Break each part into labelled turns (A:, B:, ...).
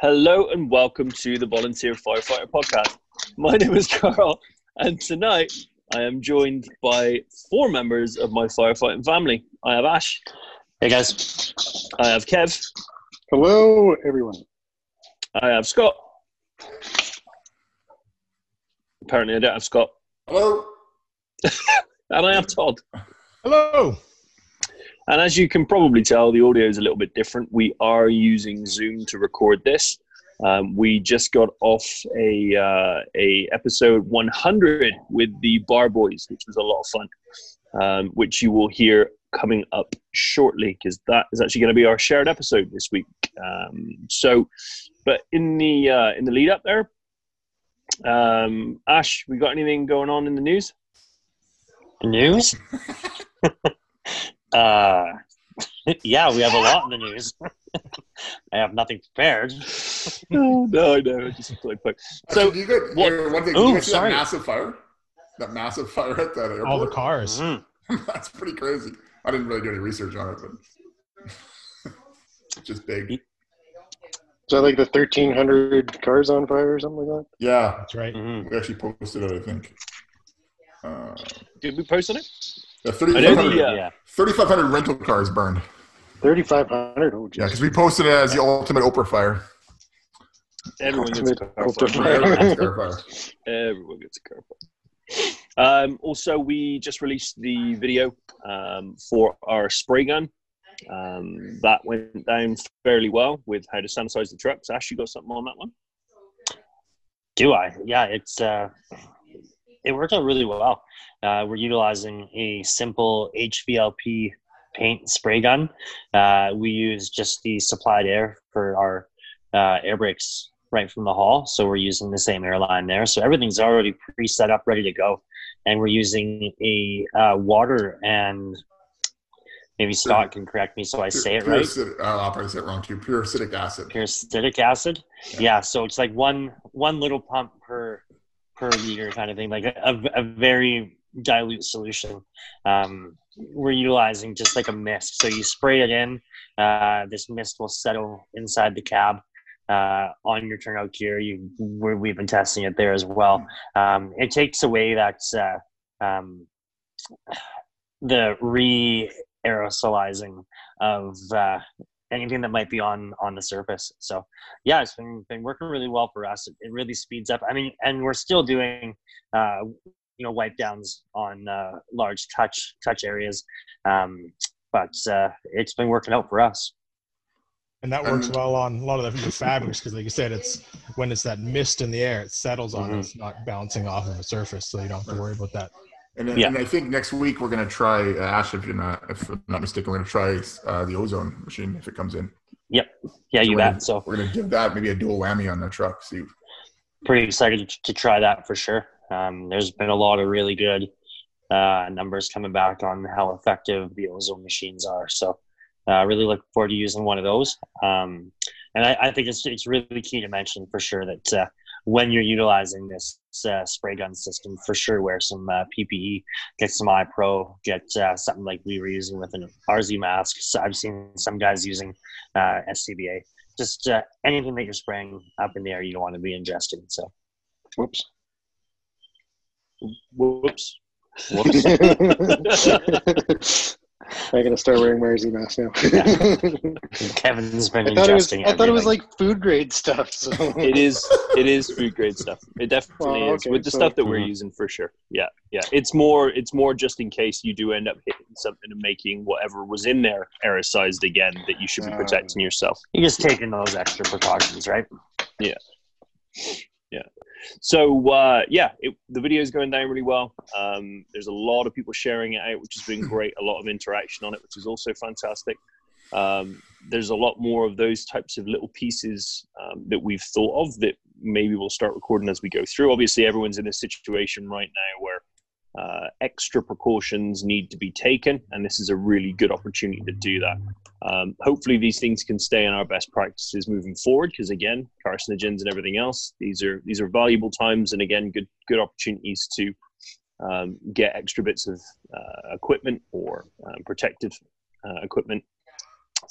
A: Hello and welcome to the Volunteer Firefighter Podcast. My name is Carl, and tonight I am joined by four members of my firefighting family. I have Ash,
B: Hey guys.
A: I have Kev,
C: Hello, everyone.
A: I have Scott. Apparently, I don't have Scott,
D: Hello.
A: and I have Todd.
E: Hello.
A: And as you can probably tell, the audio is a little bit different. We are using Zoom to record this. Um, we just got off a uh, a episode 100 with the Bar Boys, which was a lot of fun, um, which you will hear coming up shortly because that is actually going to be our shared episode this week. Um, so, but in the uh, in the lead up there, um, Ash, we got anything going on in the news?
B: News? uh, yeah, we have a lot in the news. I have nothing prepared.
A: no, no, no, just like quick. So-
D: So you got
A: what-
D: what, one thing.
B: Ooh,
D: you guys see
B: sorry.
D: that massive fire? That massive fire at that airport.
E: All the cars.
B: Mm.
D: That's pretty crazy. I didn't really do any research on it, but it's just big.
C: Is that like the 1300 cars on fire or something like
D: Yeah,
E: That's right.
B: Mm.
D: we actually posted it. I think. Uh,
A: Did we post on it?
D: yeah,
A: I know
D: 3,500
A: the, uh,
B: Yeah.
D: 3,500 rental cars burned.
C: that? 3,500? Oh,
D: Yeah,
C: jeez.
D: because we posted it as the ultimate Oprah fire.
A: Everyone gets a
C: Ultimate
A: car
C: Ultra
A: phone.
C: Fire.
D: Everyone's car fire.
A: Everyone gets a car phone. Um, also, we just released the video um, for our spray gun. Um, that went down fairly well with how to sanitize the trucks. Ash, you got something on that one?
B: Do I? Yeah, it's uh, it worked out really well. Uh, we're utilizing a simple HVLP paint spray gun. Uh, we use just the supplied air for our uh, air brakes right from the hull. So we're using the same airline there. So everything's already pre set up, ready to go. And we're using a uh, water and maybe Scott can correct me so I say it right.
D: Puracidic- uh, I'll probably say it wrong too. Puracidic acid.
B: Peracitic acid. Yeah. so it's like one one little pump per per liter kind of thing, like a, a very dilute solution. Um, we're utilizing just like a mist. So you spray it in. Uh, this mist will settle inside the cab uh, on your turnout gear. You we we've been testing it there as well. Um, it takes away that uh, um, the re aerosolizing of uh, anything that might be on on the surface. So yeah, it's been been working really well for us. It, it really speeds up. I mean, and we're still doing uh, you know wipe downs on uh, large touch touch areas, um, but uh, it's been working out for us.
E: And that works well on a lot of the fabrics because, like you said, it's when it's that mist in the air, it settles on it.
B: Mhm.
E: It's not bouncing off of a surface, so you don't have to worry about that.
D: And, then,
B: Yeah.
D: and I think next week we're going to try uh, Ash. If you're not, if I'm not mistaken, we're going to try uh, the ozone machine if it comes in.
B: Yeah, you
D: Sure.
B: bet. So
D: We're going to give that maybe a dual whammy on the truck. See,
B: pretty excited to, to try that for sure. Um, there's been a lot of really good uh, numbers coming back on how effective the ozone machines are. So uh, really look forward to using one of those. Um, and I, I think it's, it's really key to mention for sure that uh, when you're utilizing this uh, spray gun system, for sure wear some uh, PPE, get some iPro, get uh, something like we were using with an RZ mask. So I've seen some guys using uh, SCBA just uh, anything that you're spraying up in the air, you don't want to be ingesting. So
C: Whoops.
A: Whoops.
C: I gotta start wearing my RZ mask now.
B: Kevin's been
C: I thought it was.
B: ingesting.
C: I thought it was
B: everything.
C: like food grade stuff. So
A: It is. It is food grade stuff. It definitely
C: Oh,
A: is
C: okay,
A: with the
C: so-
A: stuff that we're
B: Mhm.
A: using for sure. Yeah, yeah. It's more. It's more just in case you do end up hitting something and making whatever was in there aerosized again that you should be
C: Ah.
A: protecting yourself.
B: you're just taking those extra precautions, right?
A: So uh, yeah, it, the video is going down really well. Um, there's a lot of people sharing it out, which has been great. A lot of interaction on it, which is also fantastic. Um, there's a lot more of those types of little pieces um, that we've thought of that maybe we'll start recording as we go through. Obviously, everyone's in a situation right now where uh, extra precautions need to be taken, and this is a really good opportunity to do that. Um, hopefully, these things can stay in our best practices moving forward. Because again, carcinogens and everything else, these are these are valuable times, and again, good good opportunities to um, get extra bits of uh, equipment or um, protective uh, equipment,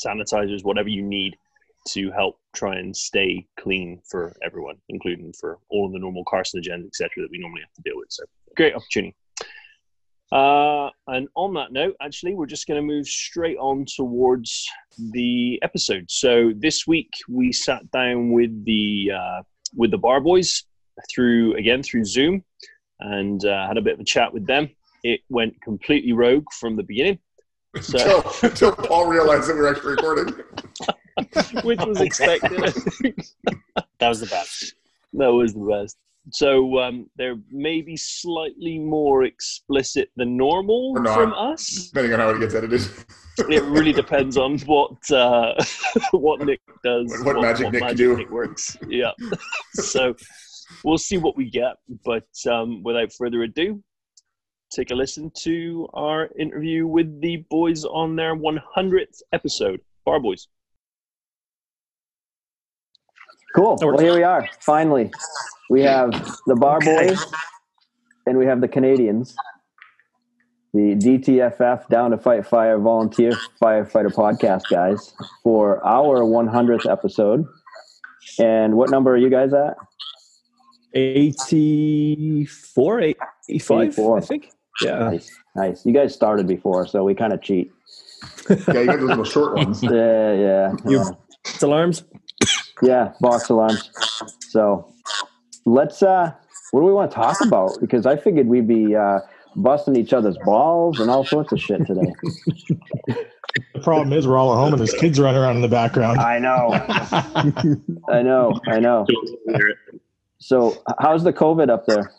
A: sanitizers, whatever you need to help try and stay clean for everyone, including for all of the normal carcinogens, etc., that we normally have to deal with. So, great opportunity. Uh, and on that note, actually, we're just going to move straight on towards the episode. So this week we sat down with the uh, with the bar boys through again through Zoom, and uh, had a bit of a chat with them. It went completely rogue from the beginning, so,
D: Until, until Paul realized that we were actually recording.
A: which was expected.
B: That was the best.
A: That was the best. So um, they're maybe slightly more explicit than normal
D: Or not.
A: from us.
D: Depending on how it gets edited.
A: It really depends on what uh, what Nick does,
D: What- what magic Nick can do.
A: Nick works. Yeah. so we'll see what we get. But um, without further ado, take a listen to our interview with the boys on their 100th episode. Bar Boys.
F: Cool. Well, here we are. Finally, we have the Bar Boys, and we have the Canadians, the DTFF Down to Fight Fire Volunteer Firefighter Podcast guys for our 100th episode. And what number are you guys at?
G: 84,
H: E
G: 85,
F: 84.
G: I think. Yeah.
F: Nice, nice. You guys started before, so we kind of cheat.
D: yeah, you got those little short ones.
F: Yeah, yeah,
G: You-
F: yeah.
G: It's alarms.
F: yeah. Box alarms. So let's. uh What do we want to talk about? Because I figured we'd be. uh Busting each other's balls and all sorts of shit today.
E: The problem is we're all at home and there's kids running around in the background.
F: I know. I know, I know. So, h- how's the COVID up there?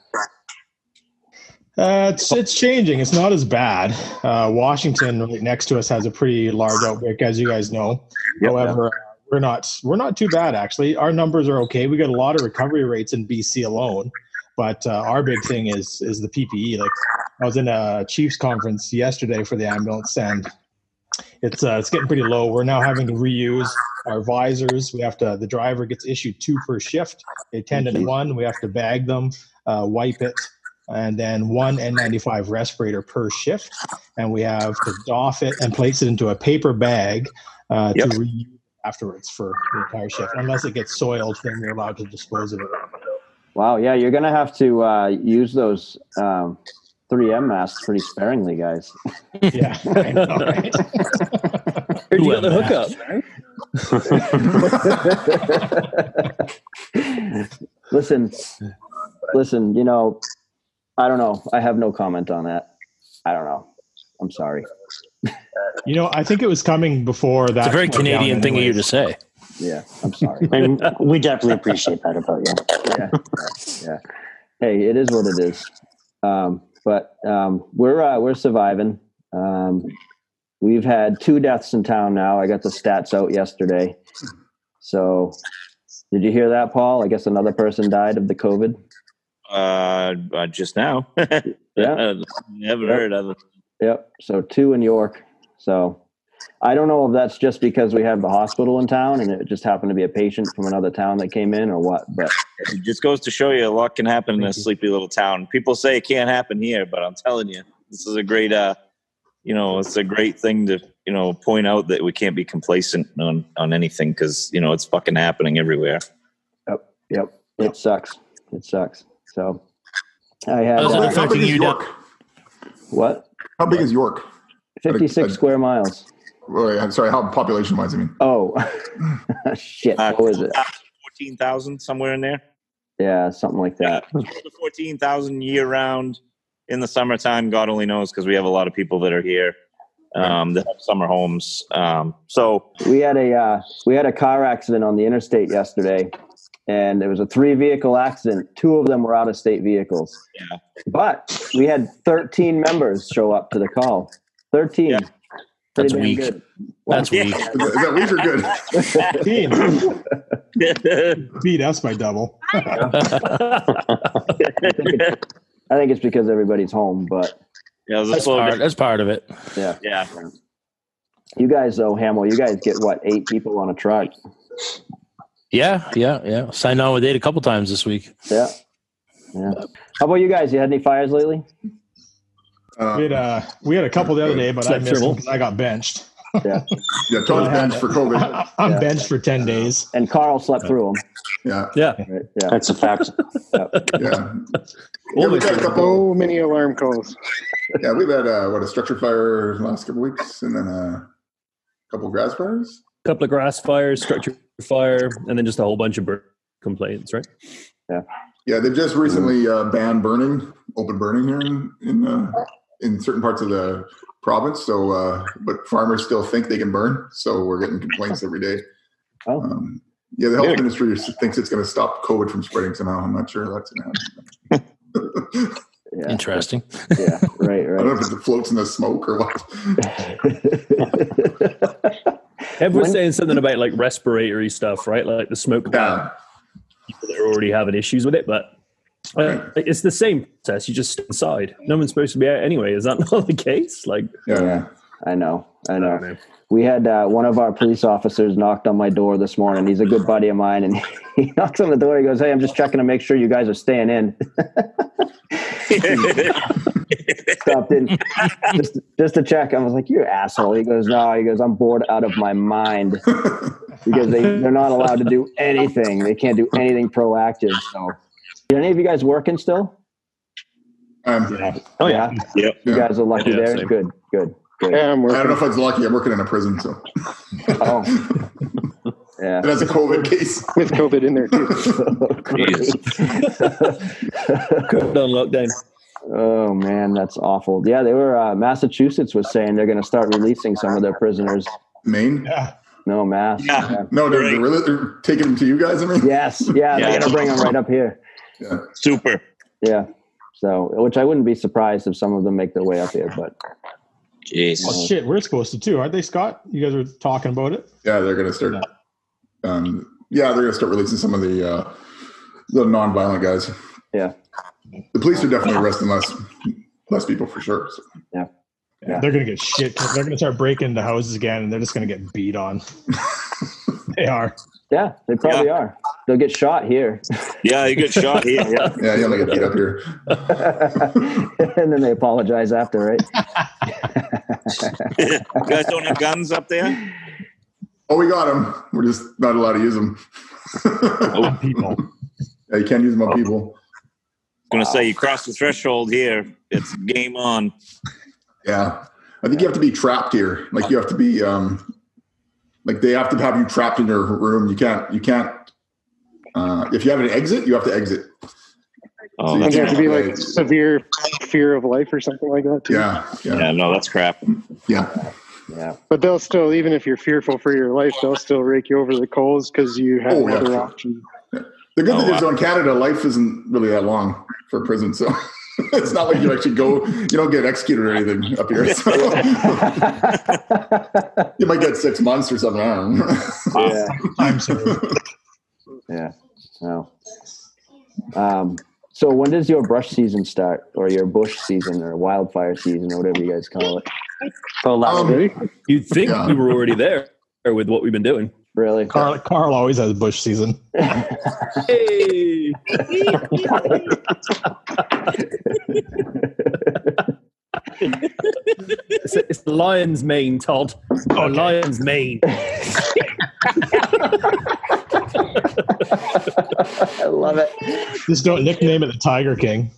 E: Uh, it's it's changing. It's not as bad. Uh, Washington, right next to us, has a pretty large outbreak, as you guys know. However, uh, we're not we're not too bad actually. Our numbers are okay. We got a lot of recovery rates in BC alone, but uh, our big thing is is the PPE. Like I was in a Chiefs conference yesterday for the ambulance, and it's uh, it's getting pretty low. We're now having to reuse our visors. We have to the driver gets issued two per shift. The attendant one. We have to bag them, uh, wipe it and then one N95 respirator per shift. And we have to doff it and place it into a paper bag uh,
A: Yep.
E: to reuse afterwards for the entire shift. Unless it gets soiled, then you're allowed to dispose of it.
F: Wow, yeah, you're gonna have to uh, use those um, 3M masks pretty sparingly, guys.
E: Yeah, I know, right?
G: Where'd you
E: Who
G: get the
E: am I?
G: hookup?
F: listen, listen, you know, I don't know. I have no comment on that. I don't know. I'm sorry.
E: You know, I think it was coming before that.
G: It's a very
E: went down
G: Canadian thing of you
E: anyways.
G: to say.
F: Yeah, I'm sorry.
B: And we definitely appreciate that about you.
F: yeah, yeah. Hey, it is what it is. Um, but um, we're uh, we're surviving. Um, we've had two deaths in town now. I got the stats out yesterday. So, did you hear that, Paul? I guess another person died of the COVID.
I: Uh, uh, just now.
F: Yeah.
I: Never
F: Yeah.
I: heard of it.
F: Yep. So two in York. So I don't know if that's just because we have the hospital in town and it just happened to be a patient from another town that came in or what. But
I: It just goes to show you a lot can happen in a sleepy little town. People say it can't happen here, but I'm telling you, this is a great, uh, you know, it's a great thing to, you know, point out that we can't be complacent on, on anything because, you know, it's fucking happening everywhere.
F: yep, it sucks. It sucks. So I had
G: How's it
F: uh,
G: affect- affecting you,
D: York?
F: what?
D: How big is York?
F: 56 square miles.
D: Oh, yeah, I'm sorry, how population wise, I mean.
F: Oh, shit.
I: Uh,
F: What was it?
I: 14,000, somewhere in there.
F: Yeah, something like that.
I: 14,000 year round in the summertime. God only knows because we have a lot of people that are here um, that have summer homes. Um, so,
F: We had a uh, we had a car accident on the interstate yesterday, and it was a three vehicle accident. Two of them were out of state vehicles.
I: Yeah.
F: But we had 13 members show up to the call. 13.
I: Yeah.
F: Pretty
G: That's
F: damn
G: weak.
F: good.
G: That's
I: Yeah.
G: weak.
D: Is that, is that weak or good?
E: Dean
I: yeah,
E: beat us by double.
F: I think, it's, I think it's because everybody's home, but
I: there's a
G: That's
I: slow
G: part, that's part of it.
F: yeah.
I: Yeah,
F: You guys, though, Hamill, you guys get what eight people on a truck?
G: Yeah, yeah, yeah. Signed on with date a couple times this week.
F: Yeah. Yeah. How about you guys? You had any fires lately?
D: Uh,
E: We had, uh, we had a couple the other day, but I
G: Slight
E: missed them
G: dribble.
E: because I got benched.
F: Yeah.
D: Yeah, Todd's benched for COVID.
E: I, am
F: Yeah.
E: benched for 10 days.
F: And Carl slept through
D: Yeah,
G: Yeah.
F: them. Right, Yeah.
B: That's a fact.
D: yeah. Yeah, we've had a
C: So
D: couple.
C: many alarm calls.
D: Yeah, we've had uh, what a structure fire in the last couple weeks, and then uh, a couple grass fires.
H: couple of grass fires, structure fire, and then just a whole bunch of bird complaints, right?
D: Yeah, they've just recently uh, banned burning, open burning here in in, uh, in certain parts of the province. So, uh, but farmers still think they can burn. So we're getting complaints every day.
F: Oh.
D: Um, yeah, the health
I: Dude.
D: ministry thinks it's going to stop COVID from spreading somehow. I'm not sure that's going to happen.
F: Yeah.
G: Interesting.
F: Yeah. Right.
D: I don't
F: Right.
D: know if it floats in the smoke or what.
H: Everyone's
F: When-
H: saying something about like respiratory stuff, right? Like the smoke ban,
D: Yeah,
H: people that are already having issues with it, but. Uh, it's the same process. You just stay inside. No one's supposed to be out anyway. Is that not the case? Like,
D: yeah.
F: Yeah. I know. I know.
H: man.
F: we had uh, one of our police officers knocked on my door this morning. He's a good buddy of mine, and he knocks on the door. He goes, "Hey, I'm just checking to make sure you guys are staying in." Stopped in just just to check. I was like, "You asshole!" He goes, "No." He goes, "I'm bored out of my mind because they they're not allowed to do anything. They can't do anything proactive." So, do any of you guys working still?
D: Um,
B: Oh yeah.
I: Yep.
F: You
D: Yeah.
F: guys are lucky
H: Yeah,
F: there.
H: same.
F: Good, good, good.
C: Yeah, I'm
D: I don't
C: working.
D: know if I was lucky. I'm working in a prison, so
F: Oh, yeah.
D: and that's a COVID case.
C: With COVID in there too.
H: COVID on lockdown.
F: Oh man, that's awful. Yeah, they were. Uh, Massachusetts was saying they're going to start releasing some of their prisoners.
D: Maine?
E: Yeah.
F: No mask.
I: Yeah.
F: Yeah.
D: No, they're,
I: Right.
D: they're, really, they're taking them to you guys. I mean,
F: Yes. Yeah, they're
I: Yeah.
F: going to bring them right up here.
D: Yeah.
I: Super.
F: Yeah. So, which I wouldn't be surprised if some of them make their way up here, but
E: Well,
I: Jeez.
E: shit, we're supposed to too, aren't they, Scott? You guys were talking about it.
D: Yeah, they're gonna start. Um, yeah, they're gonna start releasing some of the uh, the non-violent guys.
F: Yeah.
D: the police are definitely arresting less less people for sure. So,
F: Yeah.
E: They're gonna get shit. They're gonna start breaking into houses again, and they're just gonna get beat on. they are.
F: yeah, they probably are. They'll get shot here,
I: Yeah, you get shot here. Yeah.
D: yeah, you only get beat up here.
F: and then they apologize after, right?
I: You guys don't have guns up there?
D: Oh, we got them. We're just not allowed to use them.
E: Oh, people.
D: Yeah, you can't use them on people.
I: I'm gonna say you cross the threshold here. It's game on.
D: Yeah, I think you have to be trapped here. Like you have to be um, like they have to have you trapped in your room. You can't. You can't. Uh, if you have an exit, you have to exit.
I: Oh,
D: So
C: Don't
I: that's
C: you have
I: crap.
C: to be like severe fear of life or something like that too?
D: Yeah, yeah,
I: yeah, no, that's crap.
D: yeah.
F: Yeah.
C: But they'll still, even if you're fearful for your life, they'll still rake you over the coals because you have
D: Oh, yeah.
C: other options.
D: The good
I: Oh,
D: thing is, though, in Canada, life isn't really that long for prison, so it's not like you actually go. You don't get executed or anything up here. So you might get six months or something. I don't know.
F: yeah.
E: I'm sorry.
F: Yeah. No. Um, so when does your brush season start, or your bush season, or wildfire season, or whatever you guys call it?
B: So loud.
D: Um,
H: You'd think
D: Yeah.
H: we were already there with what we've been doing.
F: Really?
E: Carl, Carl always has bush season.
H: Hey, it's, it's lion's mane, Todd. Oh, lion's mane.
F: I love it.
E: Just don't nickname it the Tiger King.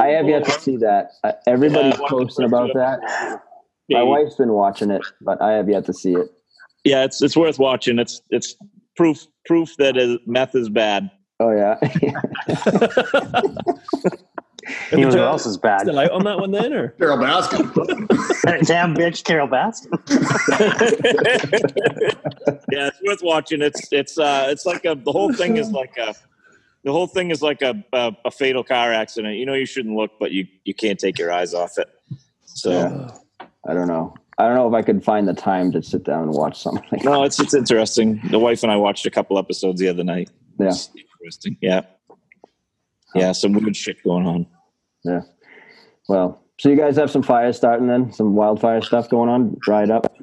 F: I have yet to see that. Uh, everybody's posting about that. My wife's been watching it, but I have yet to see it.
I: Yeah, it's it's worth watching. It's it's proof proof that uh, meth is bad.
F: Oh yeah.
B: You know who else is bad?
H: Still out on that one then, or
D: Daryl Baskin.
B: Damn bitch, Carol Baskin.
I: yeah, it's worth watching. It's it's uh it's like a the whole thing is like a the whole thing is like a a, a fatal car accident. You know you shouldn't look, but you you can't take your eyes off it. So
F: yeah. I don't know. I don't know if I could find the time to sit down and watch something.
I: no, it's it's interesting. The wife and I watched a couple episodes the other night.
F: Yeah.
I: It's interesting. Yeah, yeah, some weird shit going on.
F: Well, so you guys have some fires starting then, some wildfire stuff going on, dried up.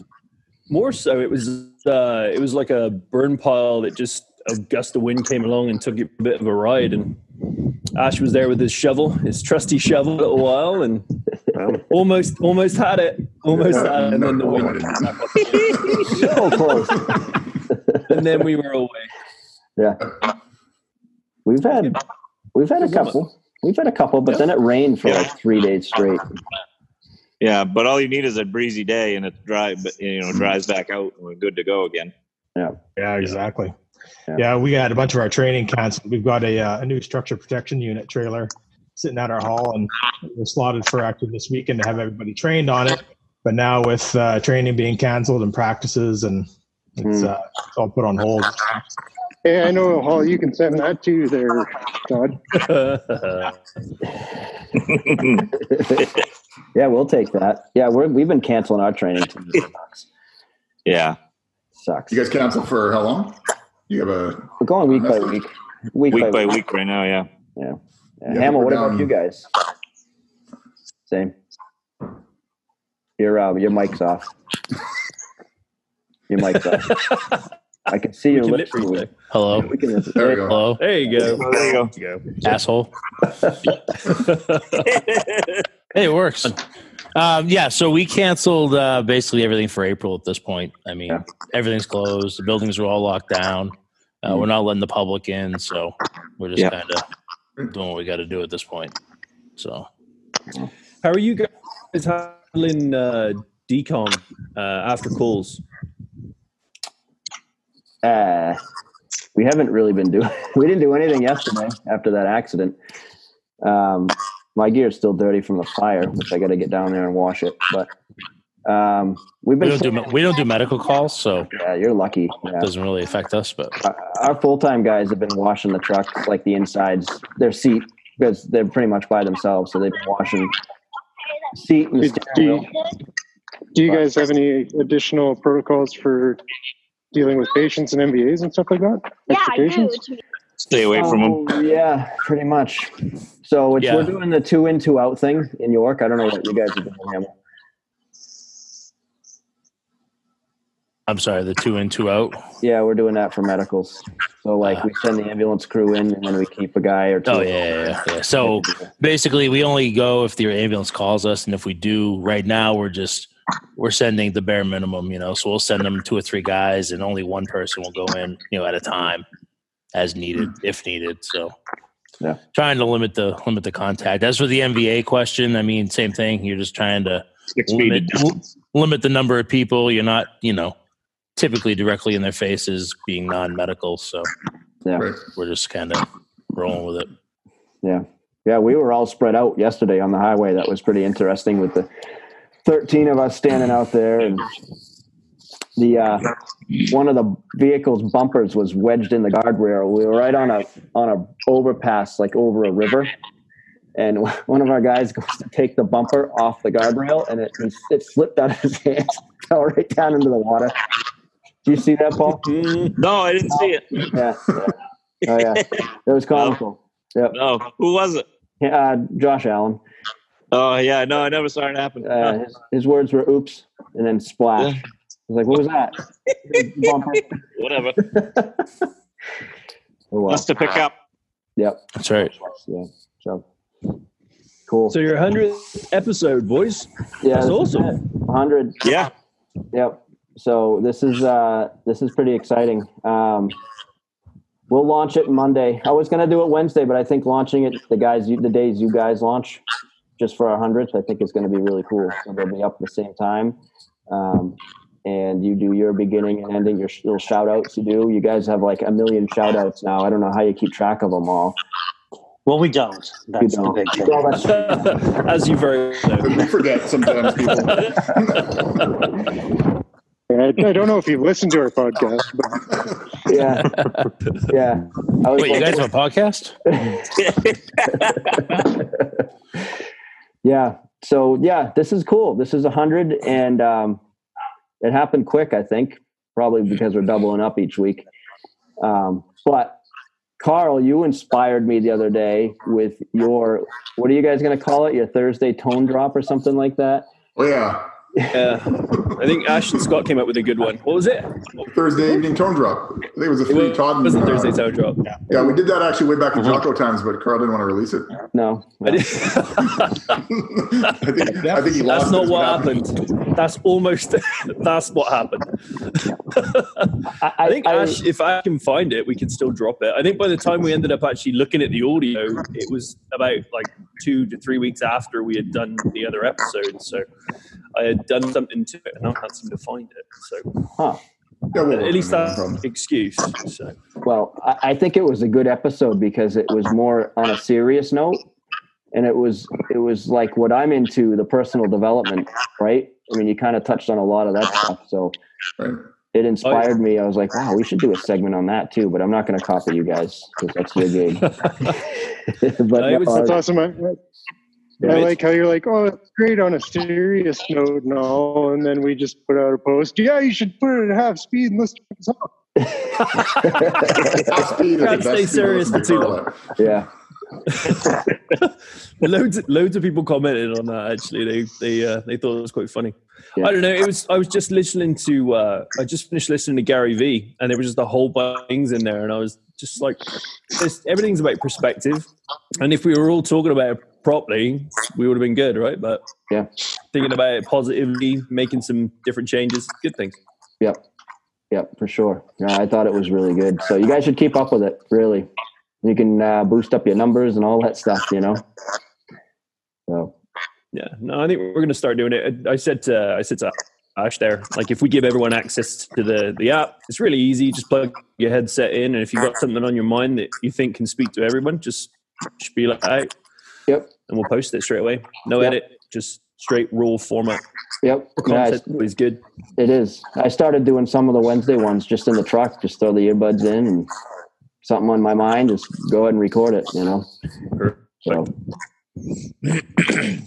H: more so? It was uh, it was like a burn pile that just a gust of wind came along and took it a bit of a ride. And Ash was there with his shovel, his trusty shovel, a little while, and almost, almost had it. Almost
D: Yeah,
H: had it. And
D: no,
H: then the
D: no,
H: wind.
D: I didn't.
F: So close.
H: and then we were away.
F: Yeah. We've had we've had a couple. We've had a couple, but then it rained for like three days straight.
I: Yeah, but all you need is a breezy day and it dry, but you know, dries back out and we're good to go again.
E: Yeah, exactly.
F: Yeah.
E: Yeah. we had a bunch of our training canceled. We've got a, uh, a new structure protection unit trailer sitting at our hall, and we're slotted for active this weekend to have everybody trained on it. But now with uh, training being canceled and practices, and it's, uh, it's all put on hold.
C: Hey, I know a hall you can send that to there, Todd.
F: Yeah, we'll take that. Yeah, we're we've been canceling our training. too.
I: yeah.
F: Sucks.
D: You guys cancel for how long? You have a
F: We're going week by week. Week,
I: Week by week right now, yeah.
F: Yeah.
D: Yeah,
F: Hamill,
D: we're
F: what about
D: down-
F: you guys? Same. Your uh, your mic's off. Your mic's off. I can see your
H: Can lip
F: lips.
H: read
F: moving.
H: there.
G: Hello.
F: We can listen.
D: there we go.
G: Hello.
H: There you go.
I: There you go.
G: Asshole. Hey, it works. Um, yeah, so we canceled uh, basically everything for April at this point. I mean,
F: Yeah.
G: everything's closed. The buildings are all locked down. Uh,
F: Mm-hmm.
G: We're not letting the public in, so we're just
I: Yeah.
G: kind of doing what we got to do at this point. So
H: How are you guys handling uh, decom uh, after calls?
F: Uh, we haven't really been doing. We didn't do anything yesterday after that accident. Um, my gear is still dirty from the fire, which I got to get down there and wash it. But um, we've been.
G: we don't do me- we don't do medical calls, so
F: yeah, you're lucky.
G: it
F: Yeah.
G: doesn't really affect us. But
F: Our- Uh, our full-time guys have been washing the truck like the insides their seat because they're pretty much by themselves so they've been washing seat and
C: Do, do
F: steering
C: you,
F: wheel.
C: do you guys have any additional protocols for dealing with patients and MVAs and stuff like that?
J: Yeah, I do.
C: Expectations?
J: It's me.
I: Stay away from them.
F: Oh, yeah pretty much so it's, we're
G: Yeah.
F: doing the two in two out thing in york i don't know what you guys are doing Hamel.
G: I'm sorry, the two in, two out.
F: yeah we're doing that for medicals so like we send the ambulance crew in and then we keep a guy or two
G: Uh. Oh yeah, yeah, yeah, yeah. So basically, we only go if the ambulance calls us, and if we do, right now we're just we're sending the bare minimum, you know. So we'll send them two or three guys, and only one person will go in, you know, at a time, as
I: Hmm.
G: needed, if needed. So
F: Yeah.
G: trying to limit the limit the contact. As for the MVA question, I mean, same thing. You're just trying to
I: Six feet of
G: limit,
I: distance.
G: limit the number of people. You're not, you know, typically directly in their faces, being non-medical. So
D: Right.
G: we're just kind of rolling with it.
F: yeah we were all spread out yesterday on the highway that was pretty interesting with the 13 of us standing out there and the uh, one of the vehicle's bumpers was wedged in the guardrail we were right on a on a overpass like over a river and one of our guys goes to take the bumper off the guardrail and it, it slipped out of his hand fell right down into the water do you see that paul
I: No, I didn't see it.
F: yeah, yeah. oh yeah it was comical
I: No. Who was it?
F: uh, josh allen
I: Oh yeah, no, I never saw it happen.
F: uh, his, his words were oops and then splash. I was like, what was that? Bumper.
I: Whatever.
F: Oh, wow.
I: Just to pick up.
F: Yep.
G: That's right.
F: Yeah. So cool.
H: So your hundredth episode, boys.
F: yeah,
H: That's awesome.
F: Hundred.
I: Yeah.
F: Yep. So this is uh this is pretty exciting. Um we'll launch it Monday. I was gonna do it Wednesday, but I think launching it the guys you, the days you guys launch just for our hundredth, I think is gonna be really cool. So they'll be up at the same time. Um and you do your beginning and ending, your sh- little shout outs you do. You guys have like a million shout outs now. I don't know how you keep track of them all.
B: Well, we don't. That's
F: don't.
B: the big thing.
F: Well, that's-
H: As you very well know.
D: But we forget sometimes people.
C: And I, I don't know if you've listened to our podcast, but
F: Yeah. yeah. I was
G: Wait, you
F: like-
G: guys have a podcast?
F: Yeah. So yeah, this is cool. This is a hundred, and um, it happened quick. I think probably because we're doubling up each week. Um, but Carl, you inspired me the other day with your what are you guys going to call it? Your Thursday tone drop or something like that.
D: Oh yeah.
A: Yeah, I think Ash and Scott came up with a good one. What was it?
D: Thursday evening tone drop. I think it was a three Todd. uh,
A: It was a Thursday Uh-huh. tone drop. Yeah.
D: Yeah, we did that actually way back in Jocko times, but Carl didn't want to release it.
F: No,
A: I did-
D: I think, I think he
A: That's
D: lost.
A: not
D: it.
A: what happened. That's almost. that's what happened.
B: I,
A: I think
B: I,
A: Ash, if I can find it, we can still drop it. I think by the time we ended up actually looking at the audio, it was about like two to three weeks after we had done the other episode. So I had done something to it, and I can't seem to find it. So
D: Yeah, we'll
A: at least
D: work on it, no
A: that's an
D: problem.
A: excuse. So
F: Well, I, I think it was a good episode because it was more on a serious note, and it was it was like what I'm into the personal development, right? I mean, you kind of touched on a lot of that stuff, so
D: Right.
F: it inspired me. I was like, wow, we should do a segment on that too, but I'm not going to copy you guys because that's your gig. but
A: I would
F: uh,
C: That's awesome. I, I- I
A: Right.
C: like how you're like, oh, it's great on a serious note and all, and then we just put out a post. Yeah, you should put it at half speed and listen to the song.
D: Top speed is
A: Can't
D: the best
A: Uh, stay
D: speed
A: serious
D: listen
A: for too
D: Carl
A: long.
D: at.
F: yeah,
A: loads, loads of people commented on that. Actually, they they uh, they thought it was quite funny.
F: Yeah.
A: I don't know. It was. I was just listening to. Uh, I just finished listening to Gary V, and there was just a whole bunch of things in there, and I was just like, just, everything's about perspective. And if we were all talking about it properly, we would have been good, right? But
F: Yeah.
A: thinking about it positively, making some different changes, good thing.
F: yep, yep, for sure. Yeah, I thought it was really good. So you guys should keep up with it. Really, you can uh, boost up your numbers and all that stuff. You know. So
A: Yeah, no, I think we're going to start doing it. I I said to I said to Ash there, like if we give everyone access to the the app, it's really easy. You Just plug your headset in, and if you've got something on your mind that you think can speak to everyone, just spiel it out,
F: yep,
A: and we'll post it straight away. No
F: Yep.
A: edit, just straight raw format.
F: yep. Nice.
A: Content is good.
F: It is. I started doing some of the Wednesday ones just in the truck, just throw the earbuds in and something on my mind, just go ahead and record it, you know? So,
A: I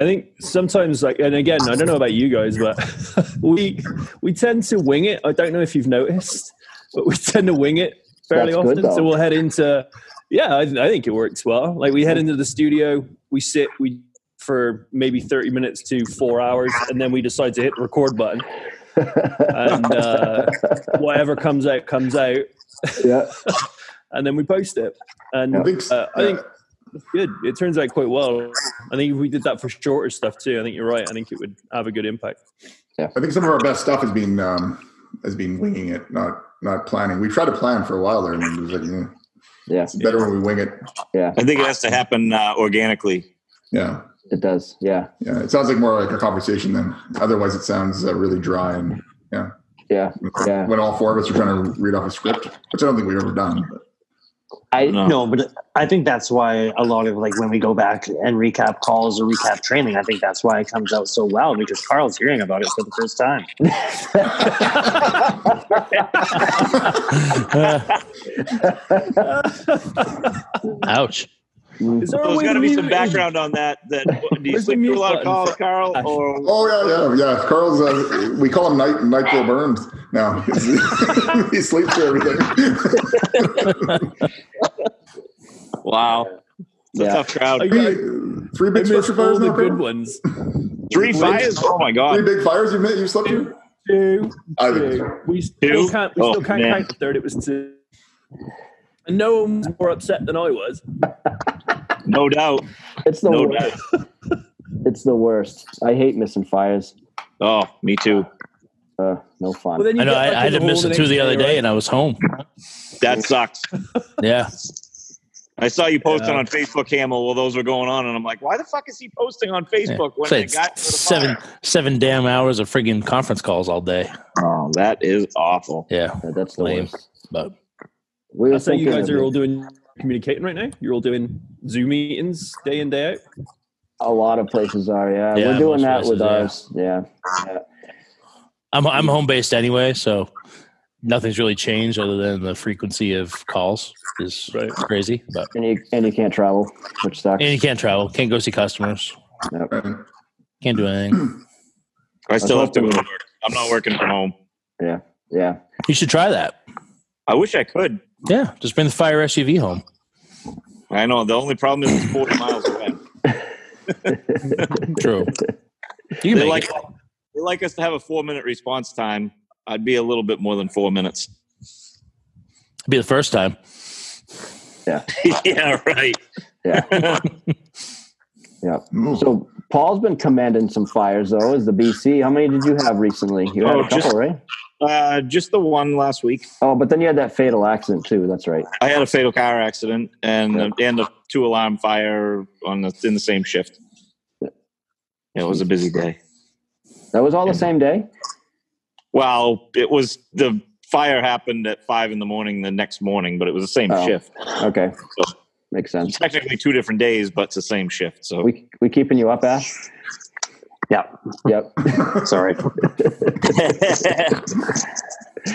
A: think sometimes, like, and again, I don't know about you guys, but we we tend to wing it. I don't know if you've noticed, but we tend to wing it fairly
F: That's good,
A: often. so
F: though.
A: we'll head into, yeah, I, I think it works well. Like we head into the studio, we sit, we for maybe thirty minutes to four hours, and then we decide to hit the record button, and uh, whatever comes out comes out,
F: yeah,
A: and then we post it. And
D: I think,
A: uh, I think
D: yeah,
A: good. It turns out quite well. I think if we did that for shorter stuff too, I think you're right. I think it would have a good impact.
D: I think some of our best stuff has been um, has been winging it, not not planning. We tried to plan for a while there, and it was like, eh,
F: yeah,
D: it's better when we wing it.
F: yeah,
I: I think it has to happen uh, organically.
D: Yeah,
F: it does. Yeah,
D: yeah. It sounds like more like a conversation than otherwise. It sounds uh, really dry, and
F: yeah. Yeah.
D: when all four of us are trying to read off a script, which I don't think we've ever done. But
B: I
I: No.
B: no, but I think that's why a lot of like when we go back and recap calls or recap training, I think that's why it comes out so well because Carl's hearing about it for the first time.
G: Ouch.
A: Is there
I: So
A: a
I: there's
A: way
I: got
A: to
I: to be
A: mute
I: some
A: it?
I: background on that. That do you
A: Where's the
I: sleep through a lot of
A: mute
I: calls,
A: button?
I: Carl?
A: Ash.
I: Or
D: Oh yeah, yeah, yeah. Carl's. Uh, we call him Night Nigel Burns now. he sleeps through everything.
I: wow, it's a
F: Yeah.
I: tough crowd.
A: I-
D: three, three
A: I missed
D: big structure
A: all
D: fires
A: the
D: now,
A: good
D: Carl?
A: ones.
I: Three fires? Oh my
D: Three
I: god!
D: big fires you've met, you slept through?
A: Two,
D: I think
A: two. We still
I: Two?
A: can't. We
I: Oh,
A: still can't
I: man.
A: count the third. It was two. And no one was more upset than I was.
I: No doubt.
F: It's the
I: No
A: Oh.
I: doubt.
F: worst. It's the worst. I hate missing fires.
I: Oh, me too.
F: Uh, no
A: Well,
F: fun.
A: then you
G: I know.
A: get
G: I,
A: back
G: I
A: in
G: had to
A: the
G: miss
A: hole
G: it too
A: next
G: the other day,
A: right?
G: and I was home.
I: That sucks.
G: Yeah.
I: I saw you posting
A: Yeah.
I: on Facebook, Hamill, while those were going on, and I'm like, why the fuck is he posting on Facebook when
G: Say
I: the
G: it's
I: guy with the
G: seven
I: fire?
G: seven damn hours of friggin' conference calls all day.
I: Oh, that is awful.
G: Yeah.
F: Yeah, That's the
G: Lame.
F: worst.
G: But
F: We were
A: That's how you
F: thinking
A: guys
F: of
A: are
F: it.
A: all doing communicating right now. You're all doing Zoom meetings day in day out.
F: a lot of places are. Yeah,
G: Yeah,
F: we're doing that
G: most
F: with
G: places,
F: ours. Yeah. yeah.
G: I'm I'm home based anyway, so nothing's really changed other than the frequency of calls is
A: Right.
G: crazy. But
F: And you and you can't travel, which sucks.
G: and you can't travel, can't go see customers,
D: Right.
G: can't do anything.
I: I still have to go to
F: hoping-
I: work. I'm not working from home.
F: Yeah.
G: You should try that.
I: I wish I could.
G: Yeah, just bring the fire SUV home.
I: I know. The only problem is it's 40 miles away.
G: True. You can
I: They
G: make
I: like
G: it.
I: they like us to have a four minute response time. I'd be a little bit more than four minutes.
G: be the first time.
I: yeah, right.
F: Yeah. yeah. So Paul's been commanding some fires though. Is the BC? How many did you have recently? You had
I: Oh,
F: a couple,
I: just-
F: right?
I: Uh, just the one last week.
F: Oh, but then you had that fatal accident too. That's right.
I: I had a fatal car accident and and a two alarm fire on the, in the same shift. It was a busy day.
F: That was all the same day.
I: Well, it was the fire happened at five in the morning the next morning, but it was the same
F: Oh.
I: shift.
F: Okay, makes sense.
I: Technically two different days, but it's the same shift. So
F: We we keeping you up, Ash?
B: Yeah.
F: Yep.
B: Sorry.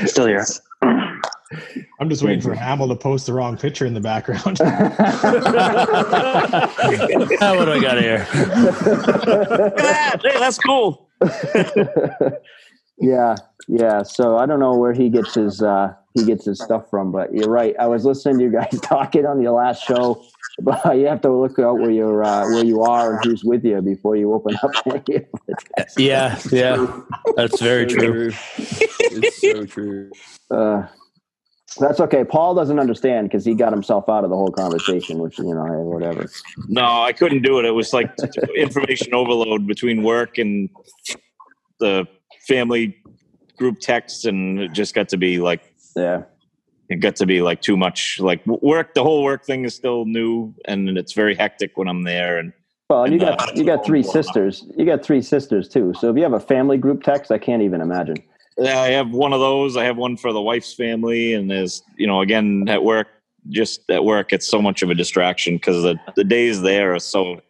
B: Still here.
E: I'm just waiting for Hamill to post the wrong picture in the background.
G: Ah, what do I got here?
I: Ah, hey, that's cool.
F: yeah, yeah. So I don't know where he gets his uh, he gets his stuff from, but you're right. I was listening to you guys talking on your last show, but you have to look out where you're uh, where you are and who's with you before you open up. any of the text.
G: Yeah, yeah. That's very true.
A: it's so true.
F: Uh, that's okay. Paul doesn't understand because he got himself out of the whole conversation, which you know, hey, whatever.
I: No, I couldn't do it. It was like information overload between work and the family group texts, and it just got to be like
F: Yeah,
I: it got to be like too much. Like w- work, the whole work thing is still new, and it's very hectic when I'm there. And
F: Well, and you
I: And, uh,
F: got you got three sisters. You got three sisters too. So if you have a family group text, I can't even imagine.
I: I have one of those. I have one for the wife's family, and there's you know again at work, just at work, it's so much of a distraction because the the days there are so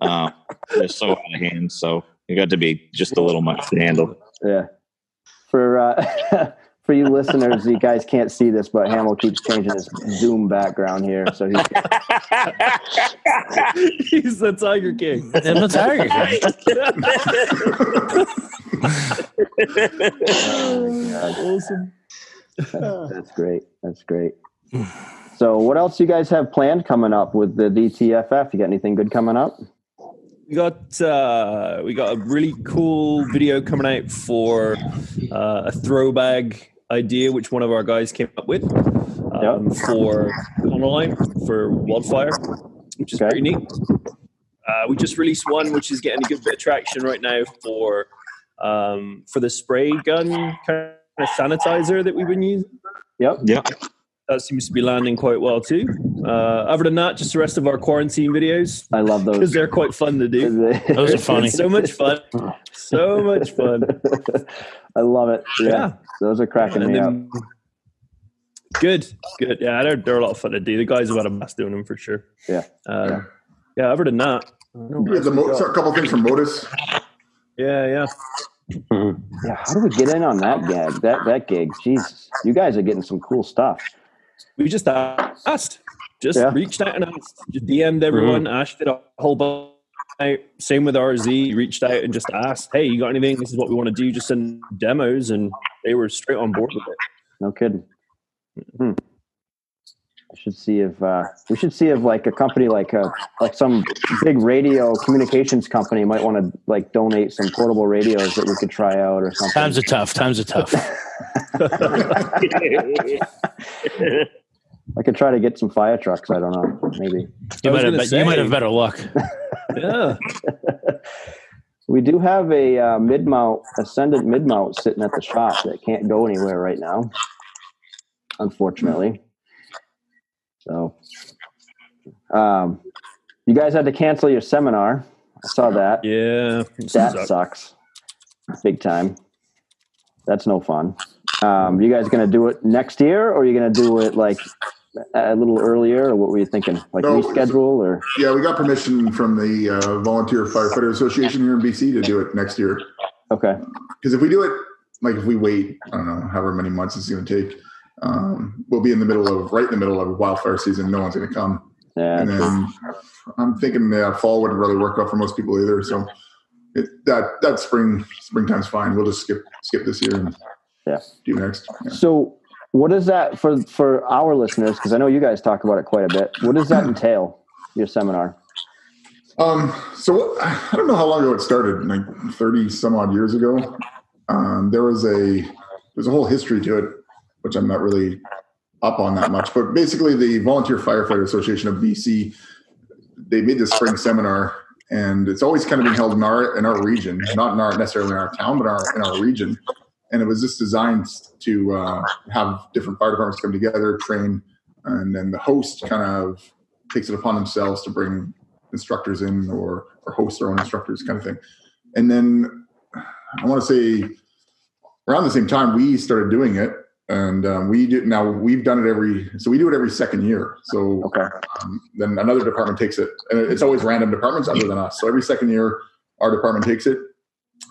I: uh, they're so out of hand. So it got to be just a little much to handle.
F: Yeah. For uh, for you listeners, you guys can't see this, but Hamill keeps changing his Zoom background here. So he's
A: He's the Tiger King.
G: I'm a tiger.
A: awesome.
F: that's great. That's great. So what else you guys have planned coming up with the DTFF? You got anything good coming up?
A: We got uh, we got a really cool video coming out for uh, a throwback idea, which one of our guys came up with um, for online for wildfire, which is
F: Okay.
A: pretty neat. Uh, we just released one, which is getting a good bit of traction right now for um, for the spray gun kind of sanitizer that we've been using.
F: Yep.
I: Yeah.
A: That seems to be landing quite well too. Uh, other than that, just the rest of our quarantine videos
F: I love
A: because
F: those.
A: they're quite fun to do.
G: Those are
F: Those
G: funny.
A: So much fun. So much fun.
F: I love it. Yeah.
A: Yeah.
F: Those are cracking
A: And
F: me up.
A: then- Good. Good. Yeah, they're, they're a lot of fun to do. The guys have had a blast doing them for sure.
F: Yeah.
A: Uh,
F: Yeah.
A: yeah. Other than that.
D: Yeah, the mo- so a couple things from Modus.
A: Yeah. Yeah.
F: Yeah, how do we get in on that gag? That that gig. Jesus. You guys are getting some cool stuff.
A: We just asked. Just
F: Yeah.
A: reached out and asked. Just DM'd everyone. Ash did a whole bunch. Out. Same with RZ. He reached out and just asked, "Hey, you got anything? This is what we want to do. Just send demos." And they were straight on board with it.
F: No kidding. Hmm. I should see if uh, we should see if like a company like a like some big radio communications company might want to like donate some portable radios that we could try out or something.
G: Times are tough. Times are tough.
F: I could try to get some fire trucks. I don't know. Maybe
A: I
G: You
A: was
G: might
A: gonna
G: have bet- you might
A: say-
G: have better luck.
A: Yeah.
F: we do have a uh, mid mount ascendant mid mount sitting at the shop that can't go anywhere right now, unfortunately. So, um, you guys had to cancel your seminar. I saw that.
A: Yeah.
F: That sucks. Big time. That's no fun. Um, you guys gonna do it next year, or you gonna do it like a little earlier, or what were you thinking? Like
D: No, it's-
F: reschedule, or
D: Yeah, we got permission from the uh, Volunteer Firefighter Association here in BC to do it next year.
F: okay,
D: Because if we do it, like if we wait, I don't know, however many months it's going to take, um, we'll be in the middle of right in the middle of wildfire season. No one's going to come,
F: yeah,
D: and then I'm thinking that fall wouldn't really work out for most people either. So it, that that spring springtime's fine. We'll just skip skip this year and
F: Yeah.
D: do next. Yeah.
F: So, what is that for for our listeners? Because I know you guys talk about it quite a bit. What does that entail? Your seminar?
D: Um, so what, I don't know how long ago it started, like thirty some odd years ago. Um, there was a there's a whole history to it, which I'm not really up on that much. But basically, the Volunteer Firefighter Association of BC they made this spring seminar, and it's always kind of been held in our in our region, not in our necessarily in our town, but our in our region. And it was just designed to uh, have different fire departments come together, train, and then the host kind of takes it upon themselves to bring instructors in or or host their own instructors, kind of thing. And then I want to say around the same time we started doing it, and um, we do now we've done it every so we do it every second year. So
I: Okay.
D: um, then another department takes it. And it's always random departments other than us. So every second year, our department takes it,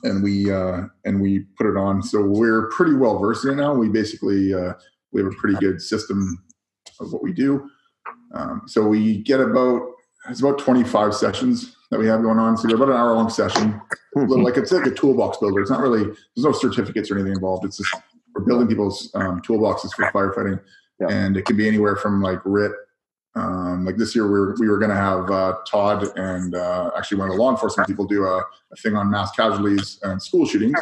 D: and we uh, and we put it on. So we're pretty well versed in it now. We basically uh, we have a pretty good system of what we do. Um, so we get about it's about twenty five sessions that we have going on. So they're about an hour long session. A little like it's like a toolbox builder. It's not really there's no certificates or anything involved. It's just we're building people's um, toolboxes for firefighting,
F: Yeah.
D: and it can be anywhere from like RIT um, like this year, we were, we were going to have uh, Todd and uh, actually one of the law enforcement people do a, a thing on mass casualties and school shootings,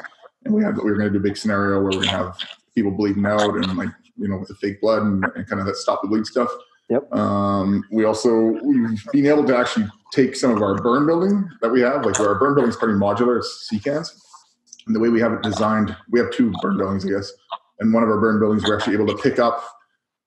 D: and we had we were going to do a big scenario where we're going to have people bleeding out and like you know with the fake blood and, and kind of that stop the bleed stuff.
F: Yep.
D: Um, we also we've been able to actually take some of our burn building that we have, like our burn building's pretty modular. It's cans, and the way we have it designed, we have two burn buildings, I guess, and one of our burn buildings we're actually able to pick up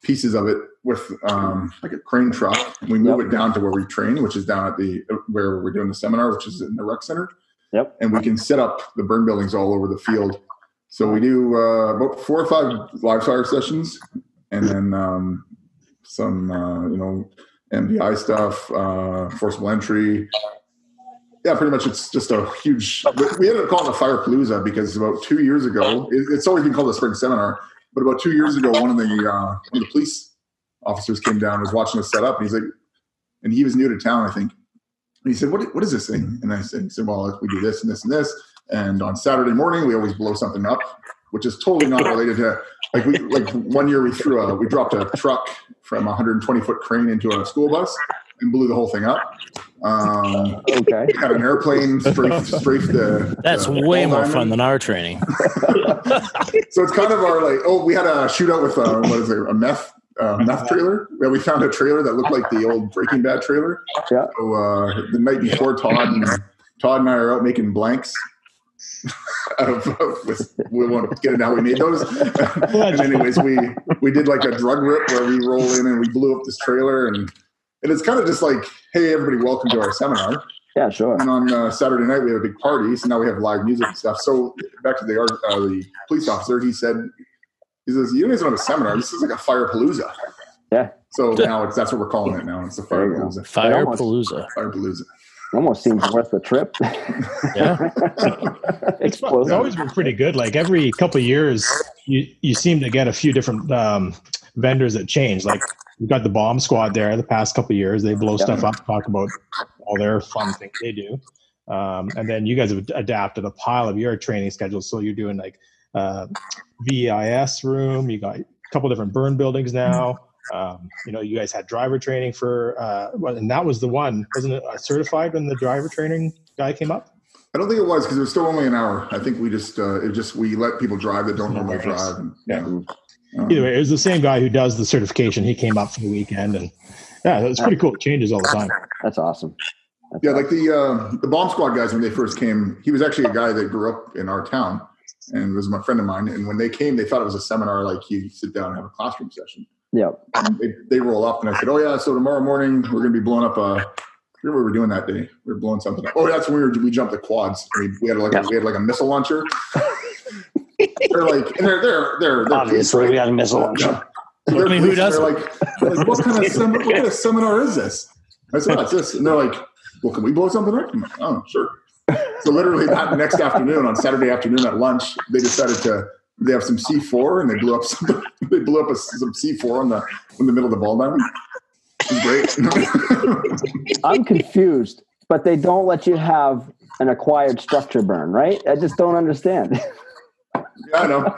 D: pieces of it with um, like a crane truck. We move
F: Yep.
D: it down to where we train, which is down at the where we're doing the seminar, which is in the rec center.
F: Yep.
D: And we can set up the burn buildings all over the field. So we do uh, about four or five live fire sessions, and then um, some uh, you know MBI stuff, uh, forcible entry. Yeah, pretty much. It's just a huge. we- We ended up calling it a fire palooza because about two years ago, it, it's always been called a spring seminar. But about two years ago, one of the uh, one of the police officers came down, and was watching us set up, and he's like, and he was new to town, I think. And he said, "What what is this thing?" And I said, he "said Well, we do this and this and this, and on Saturday morning we always blow something up, which is totally not related to like we like one year we threw a we dropped a truck from a 120 foot crane into a school bus and blew the whole thing up. Um,
F: Okay.
D: had an airplane strafe strafe the.
G: That's
D: the
G: way
D: ball
G: more
D: diamond.
G: fun than our training.
D: So it's kind of our like, oh, we had a shootout with uh, what is it, a meth uh, meth trailer? Yeah, we found a trailer that looked like the old Breaking Bad trailer.
F: Yeah.
D: So uh, the night before, Todd and Todd and I are out making blanks. out of, with, we want to get it how we made those. and anyways, we we did like a drug rip where we roll in and we blew up this trailer and. And it's kind of just like, hey, everybody, welcome to our seminar.
F: Yeah, sure.
D: And on uh, Saturday night, we have a big party. So now we have live music and stuff. So back to the, art- uh, the police officer, he said, he says, you guys don't have a seminar. This is like a fire palooza.
F: Yeah.
D: So now it's, that's what we're calling it now. It's a
F: There
D: fire
F: you go.
D: palooza.
G: Fire
F: almost-
G: palooza.
D: Fire palooza.
F: Almost seems worth the trip.
G: Yeah.
E: It's, fun. it's always been pretty good. Like every couple of years, you you seem to get a few different um, vendors that change. Like we've got the bomb squad there the past couple of years. They blow stuff up, talk about all their fun things they do. Um, and then you guys have adapted a pile of your training schedules. So you're doing like uh, VEIS room. You got a couple different burn buildings now. Um, you know, you guys had driver training for, uh, well, and that was the one, wasn't it? Uh, certified when the driver training guy came up.
D: I don't think it was because it was still only an hour. I think we just, uh, it just, we let people drive that don't normally drive. And, yeah. Um,
E: Either way, it was the same guy who does the certification. He came up for the weekend, and yeah, it's pretty cool. It changes all the time.
F: That's awesome. That's
D: Yeah,
F: awesome.
D: like the uh, the bomb squad guys when they first came, he was actually a guy that grew up in our town and was my friend of mine. And when they came, they thought it was a seminar, like you sit down and have a classroom session.
F: Yep.
D: And they, they roll up, and I said, "Oh yeah, so tomorrow morning we're gonna be blowing up a." I forget what we were doing that day. We were blowing something up. Oh, that's when we, were, we jumped the quads. We, we had like a, we had like a missile launcher. they're like, and they're they're they're, they're
B: Obviously, we got a missile launcher.
D: yeah. So they're
G: I mean,
D: police
G: who
D: and They're like, they're like, what kind of sem- what kind of seminar is this? I said, oh, it's this. And they're like, well, can we blow something up? I'm like, oh, sure. So literally that next afternoon, on Saturday afternoon at lunch, they decided to they have some C4 and they blew up some they blew up a, some C4 on the in the middle of the ball diamond. It was Great.
F: I'm confused, but they don't let you have an acquired structure burn, right? I just don't understand.
D: yeah, I know.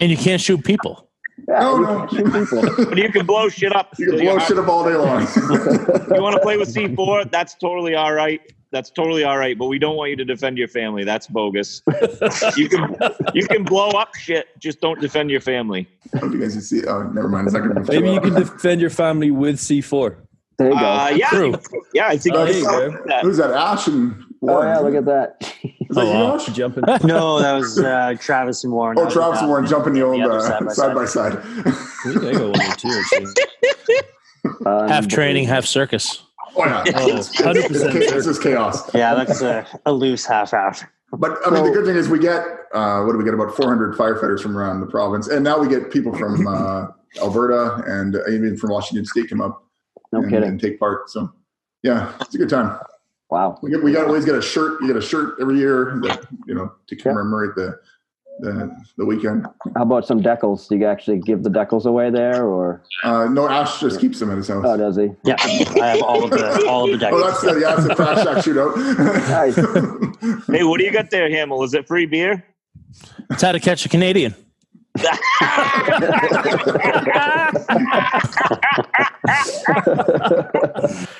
G: And you can't shoot people.
F: that.
D: No,
F: We
D: no.
F: can shoot people.
I: But you can blow shit up.
D: You can blow shit up all day long.
I: You want to play with C4? That's totally all right. That's totally all right. But we don't want you to defend your family. That's bogus. you can you can blow up shit. Just don't defend your family.
D: I don't know if you guys can see. Oh, never mind. It's not going to
H: Maybe you can defend your family with C4.
F: There you go.
I: Uh, yeah,
G: True.
I: yeah. I think
H: Oh,
I: you
H: there you go.
I: can do that.
D: Uh, Who's that? Ash and
F: oh
D: Warren.
F: yeah, look at that.
D: Is that
G: Oh,
D: you,
G: wow.
D: Ash?
H: Jumping.
B: No, that was uh, Travis and Warren.
D: Oh, Travis and Warren jumping the old
B: other
D: uh, side by side.
H: I think I got one or two, actually.
G: Half training, half circus.
D: Oh yeah,
H: Oh, 100%
D: It's ca- it's just chaos.
B: Yeah, that's a, a loose half half.
D: But I mean, the good thing is we get uh, what do we get about 400 firefighters from around the province, and now we get people from uh, Alberta and uh, even from Washington State come up
F: No
D: and,
F: kidding.
D: and take part. So yeah, it's a good time.
F: Wow.
D: We, get, we got always get a shirt. You get a shirt every year that you know to commemorate the the, the weekend.
F: How about some decals? Do you actually give the decals away there, or
D: Uh, no, Ash just keeps them in his house.
F: oh, does he?
B: Yeah, I have all of the all of the
D: Oh, that's
B: decades.
D: the, yeah, that's the crash shot shootout.
I: Hey, what do you got there, Hamill? Is it free beer?
G: It's how to catch a Canadian.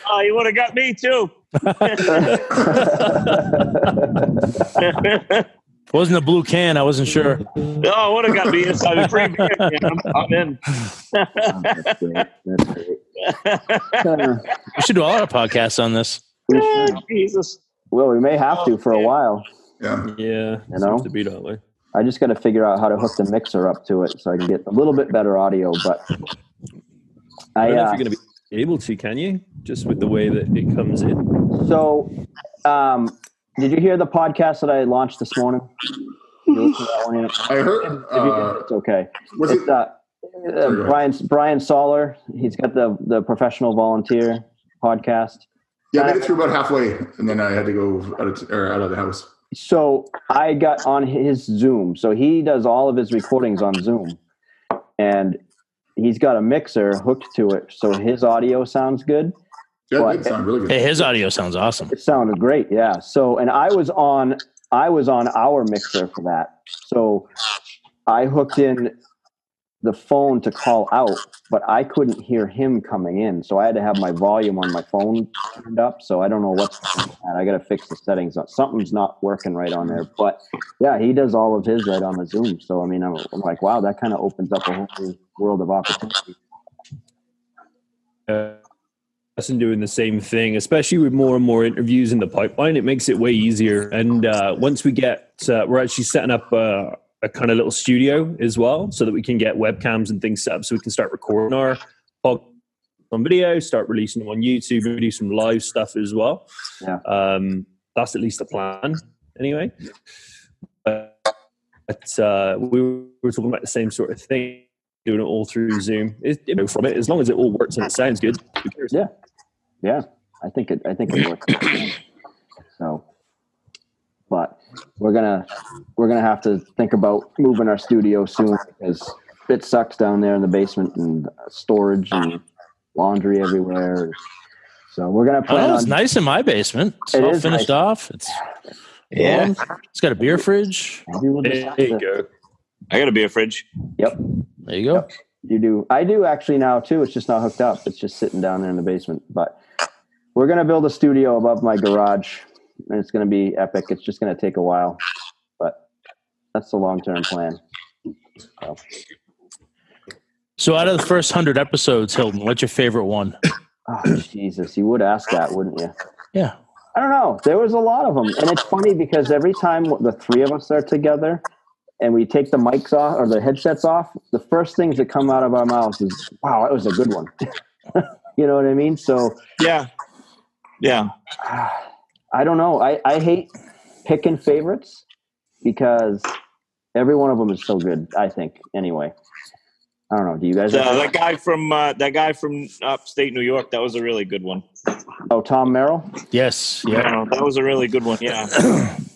I: Oh, you would have got me too.
G: It wasn't a blue can. I wasn't sure.
I: No, I would have Oh, got me inside free beer. Man. I'm, I'm in.
F: Oh, that's great. That's great. Uh,
G: We should do all our podcasts on this.
F: we
I: Oh,
F: should-
I: Jesus.
F: well, we may have
D: Oh,
F: to for a while.
D: yeah,
H: Yeah,
F: You know?
H: seems to be that way.
F: I just got to figure out how to hook the mixer up to it so I can get a little bit better audio. But
H: I
F: I
H: don't know if
F: uh,
H: you're going to be able to, can you? Just with the way that it comes in.
F: so um, did you hear the podcast that I launched this morning? You listen to that one yet?
D: I heard.
F: If you-
D: Uh,
F: it's okay.
D: was it
F: It's uh, uh,
D: Sorry, go ahead.
F: Brian Brian Soller. He's got the the professional volunteer podcast.
D: Yeah, I made it through about halfway, and then I had to go out of, or out of the house.
F: so I got on his Zoom. So he does all of his recordings on Zoom, and he's got a mixer hooked to it, so his audio sounds good.
D: Yeah,
F: Well,
D: it did sound really
G: Hey,
D: good.
G: his audio sounds awesome.
F: It sounded great, yeah. So, and I was on, I was on our mixer for that. So, I hooked in the phone to call out, but I couldn't hear him coming in, so I had to have my volume on my phone turned up. So I don't know what's going on. I got to fix the settings. Uh, Something's not working right on there. But yeah, he does all of his right on the Zoom. So I mean, I'm, I'm like, wow, that kind of opens up a whole new world of opportunity.
H: Uh, us and doing the same thing, especially with more and more interviews in the pipeline, it makes it way easier. And uh, once we get, uh, we're actually setting up uh, a kind of little studio as well, so that we can get webcams and things set up, so we can start recording our pod on video, start releasing them on YouTube, and do some live stuff as well.
F: Yeah.
H: um, that's at least the plan, anyway. But, but, uh, we were talking about the same sort of thing. Doing it all through Zoom, it, you know, from it as long as it all works and it sounds good. who cares?
F: Yeah, I think it. I think it works. so, but we're gonna we're gonna have to think about moving our studio soon because it sucks down there in the basement and storage and laundry everywhere. So we're gonna plan
G: Oh,
F: on
G: it's nice in my basement. It's
F: It
G: all
F: is
G: finished
F: nice.
G: off. It's yeah. It's got a beer fridge.
F: maybe we'll just
H: There
F: have
H: you
F: to,
H: go.
I: I got a beer fridge.
G: There you go.
F: you do. I do actually now too. It's just not hooked up. It's just sitting down there in the basement. But we're gonna build a studio above my garage, and it's gonna be epic. It's just gonna take a while, but that's the long term plan.
G: So, out of the first hundred episodes, Hilton, what's your favorite one?
F: Oh, Jesus, you would ask that, wouldn't you?
G: Yeah.
F: I don't know. There was a lot of them, and it's funny because every time the three of us are together and we take the mics off or the headsets off, the first things that come out of our mouths is, "Wow, that was a good one." you know what I mean? So
I: Yeah. Yeah.
F: I don't know. I, I hate picking favorites because every one of them is so good. I think anyway. I don't know. Do you guys?
I: So,
F: have-
I: that guy from uh, that guy from upstate New York, that was a really good one.
F: oh, Tom Merrill.
G: Yes. Yeah.
I: Yeah, that was a really good one. Yeah.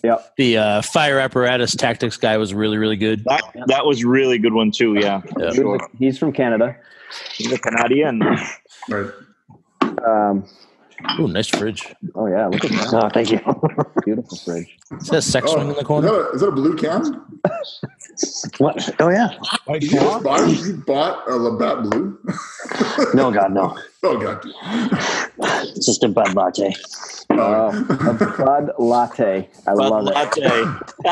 F: Yep.
G: The uh, fire apparatus tactics guy was really, really good.
I: That that was really good one too, yeah.
G: Yeah.
F: He was a- He's from Canada.
I: He's a Canadian.
D: Right.
F: Um,
G: Ooh, nice fridge.
F: oh yeah, look at that
B: Oh, thank you.
F: beautiful fridge.
G: Is that a sex
D: Oh,
G: swing in the
D: Is
G: corner?
D: that, a, is that a blue can?
B: What? Oh yeah.
E: White
D: Did you
E: Claw?
D: just buy, you bought a Labatt Blue?
B: No God, no.
D: Oh, God.
B: It's just a bud latte.
F: Wow. a bud latte. I love it.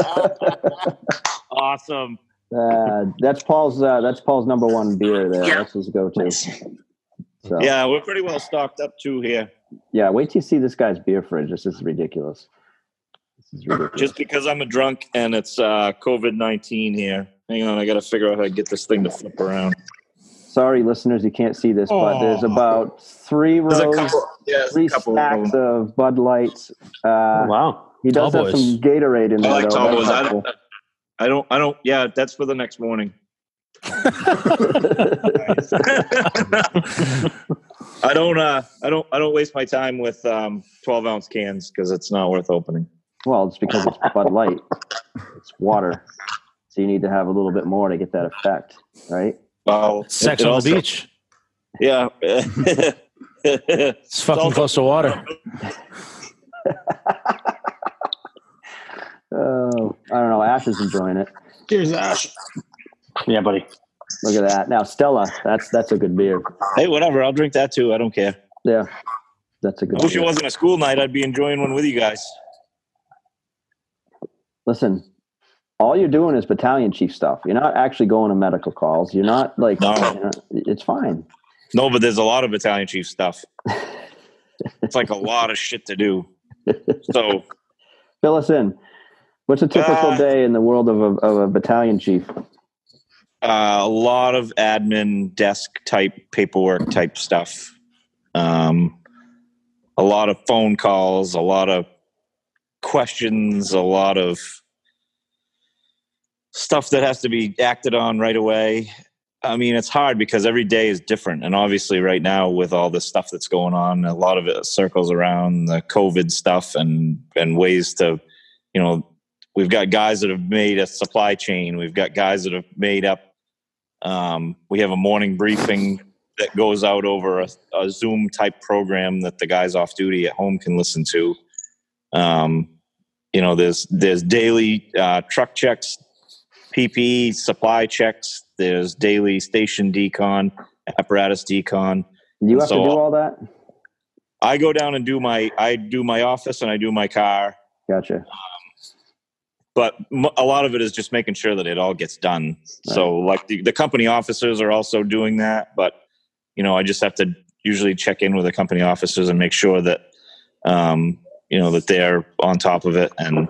B: latte. awesome.
F: Uh, that's Paul's. Uh, that's Paul's number one beer. There, that's his go-to. So,
I: Yeah, we're pretty well stocked up too here.
F: yeah. Wait till you see this guy's beer fridge. This is ridiculous. This is ridiculous.
I: Just because I'm a drunk and it's uh, COVID nineteen here. Hang on, I got to figure out how to get this thing to flip around.
F: Sorry, listeners, you can't see this, but there's
E: Aw.
F: about three
I: There's a
F: rows,
I: couple. Yeah, there's
F: three
I: a couple. Of
F: stacks
I: them.
F: of Bud Lights.
H: Ah.
F: Uh,
B: Wow.
F: he does
G: Tall
F: have
G: boys.
F: some Gatorade in
I: I
F: there.
I: like
F: though.
I: tall
F: That's
I: boys. I
F: helpful.
I: don't, I don't. I don't. Yeah, that's for the next morning. I don't. Uh, I don't. I don't waste my time with um, twelve ounce cans because it's not worth opening.
F: Well, it's because it's Bud Light. It's water. So you need to have a little bit more to get that effect, right?
I: Wow.
G: Sex on the beach.
I: Yeah.
G: It's fucking
I: also-
G: close to water.
F: Oh, I don't know. Ash is enjoying it.
E: Cheers, Ash.
B: Yeah, buddy.
F: Look at that. Now, Stella, that's that's a good beer.
I: hey, whatever. I'll drink that too. I don't care.
G: Oh,
F: Yeah, that's a good
I: I wish it
F: beer.
I: wasn't a school night. I'd be enjoying one with you guys.
F: Listen, all you're doing is battalion chief stuff. You're not actually going to medical calls. You're not like,
I: No.
F: you know, it's fine.
I: No, but there's a lot of battalion chief stuff. it's like a lot of shit to do. So
F: Fill us in. What's a typical
I: Uh,
F: day in the world of a, of a battalion chief?
I: uh, a lot of admin desk type paperwork type stuff. Um, a lot of phone calls, a lot of questions, a lot of stuff that has to be acted on right away. I mean, it's hard because every day is different. And obviously, right now, with all the stuff that's going on, a lot of it circles around the COVID stuff and, and ways to, you know, we've got guys that have made a supply chain, we've got guys that have made up. Um, we have a morning briefing that goes out over a, a Zoom type program that the guys off duty at home can listen to. Um, you know, there's there's daily uh, truck checks, PPE supply checks. There's daily station decon, apparatus decon.
F: You have
I: So-
F: to do all that?
I: I go down and do my I do my office and I do my car,
F: Gotcha.
I: but m- a lot of it is just making sure that it all gets done. So like the, the company officers are also doing that, but you know I just have to usually check in with the company officers and make sure that um, you know that they're on top of it and